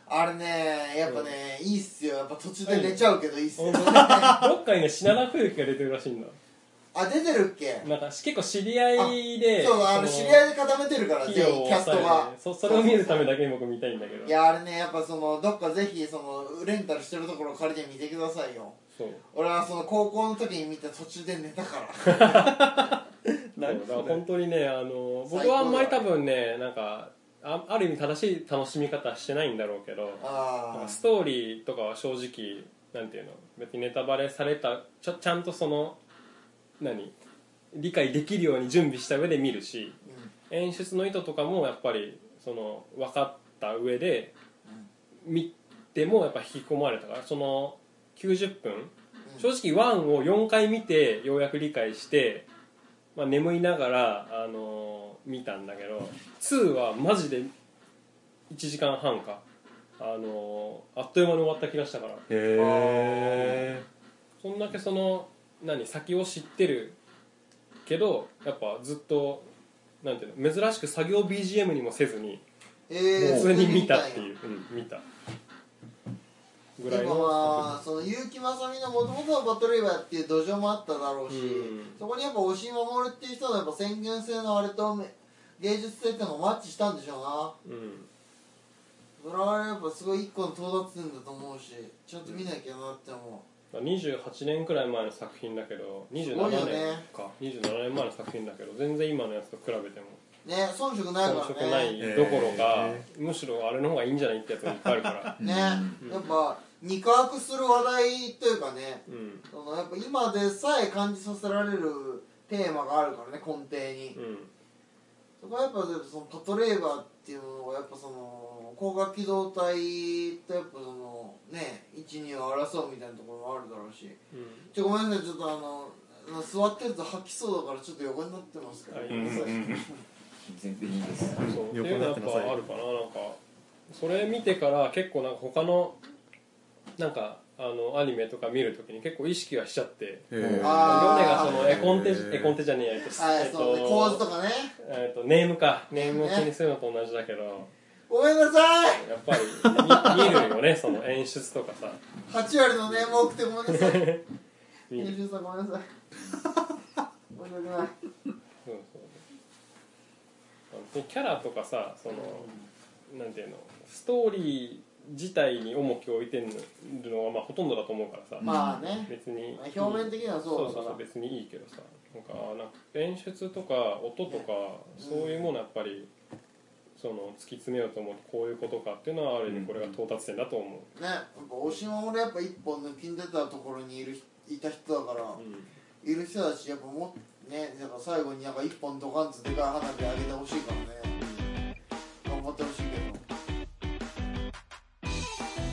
あれねやっぱねいいっすよやっぱ途中で寝ちゃうけどいいっすよ、
どっかにね品川冬樹が出てるらしいんだ
あ出てるっけ
なんか結構知り合いで
そうあの
そ
知り合いで固めてるから
企
全
業
員
を
キャスト
抑え
が
てそそれを見るためだけに僕見たいんだけど
いやあれねやっぱそのどっかぜひそのレンタルしてるところ借りて見てくださいよ
そう
俺はその高校の時に見て途中で寝たから
そうだから本当にねあの僕はあんまり多分ねなんかあある意味正しい楽しみ方はしてないんだろうけどなん
あ
かストーリーとかは正直なんていうの別にネタバレされたちょちゃんとその何理解できるように準備した上で見るし、演出の意図とかもやっぱりその分かった上で見てもやっぱ引き込まれたからその90分、正直1を4回見てようやく理解して、まあ、眠いながら、あのー見たんだけど2はマジで1時間半か、あのーあっという間に終わった気がしたから
へ
そんだけその何先を知ってるけどやっぱずっとなんていうの珍しく作業 BGM にもせずに
えー、
普
そ
通
れで
に見たって
ん
い
や
う、うん、見たぐ
今
らいの
はその結城まさみのもともとはバトルイバーっていう土壌もあっただろうし、
うん
そこにやっぱ押井守っていう人のやっぱ宣言性のあれとめ芸術性ってのもマッチしたんでしょうな
うん
それはやっぱすごい一個の到達点だと思うしちゃんと見なきゃなって思
まあ28年くらい前の作品だけど
すごいよ
27
ね
年か27年前の作品だけど全然今のやつと比べても
うね遜色ない
遜
か
色
ら
な
ね
いどころか
へ
むしろあれの方がいいんじゃないってやつがいっぱいあるから
ねやっぱ肉薄する話題というかね
うん
そのやっぱ今でさえ感じさせられるテーマがあるからね根底に、
うん
そこはやっぱそのパトレーバーっていうのがやっぱその光学機動隊とやっぱそのね12を争うみたいなところもあるだろうし
うん
ちょごめんなさいちょっとあのあの座ってると吐きそうだからちょっと横になってますけど、
はい
ごめんなさい
全然いいです
そうって
横
いう
に
の
な
や
っ
ってぱ
なさい
あるかななんかそれ見てから結構なんか他のなんかあのアニメとか見るときに結構意識はしちゃって
え
ヨ
あー
ネがその絵コンテ
へー
絵コンテじゃねえやえっと
はい
えっと
そうね構図とかね
えっとネームかネームを気にするのと同じだけど
ごめんなさい
やっぱりみ見るよねその演出とかさ
8割のね多くてごめんなさい
見る
編集さんごめんなさい申し訳ない
そうそう本当にキャラとかさそのなんていうのストーリー自体に重きを置いてるのはまあほとんどだと思うからさ、
まあね
別に
表面的には
そ
そうう
そ
だか
うそ
ら
う別にいいけどさなんかなんか演出とか音とかそういうものやっぱりその突き詰めようと思うとこういうことかっていうのはある意味これが到達点だと思
ねやっぱ押しも俺やっぱ一本抜きんでたところにいるいた人だから、
う、うん
いる人だしやっぱもっねだから最後になんか一本ドカンとでかい花火上げてほしいからね頑張ってほしいけ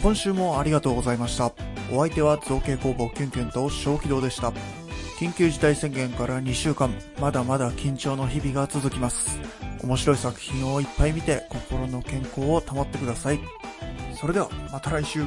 今週もありがとうございました。お相手は造形工房キュンキュンと小気道でした。緊急事態宣言から2週間、まだまだ緊張の日々が続きます。面白い作品をいっぱい見て、心の健康を保ってください。それでは、また来週。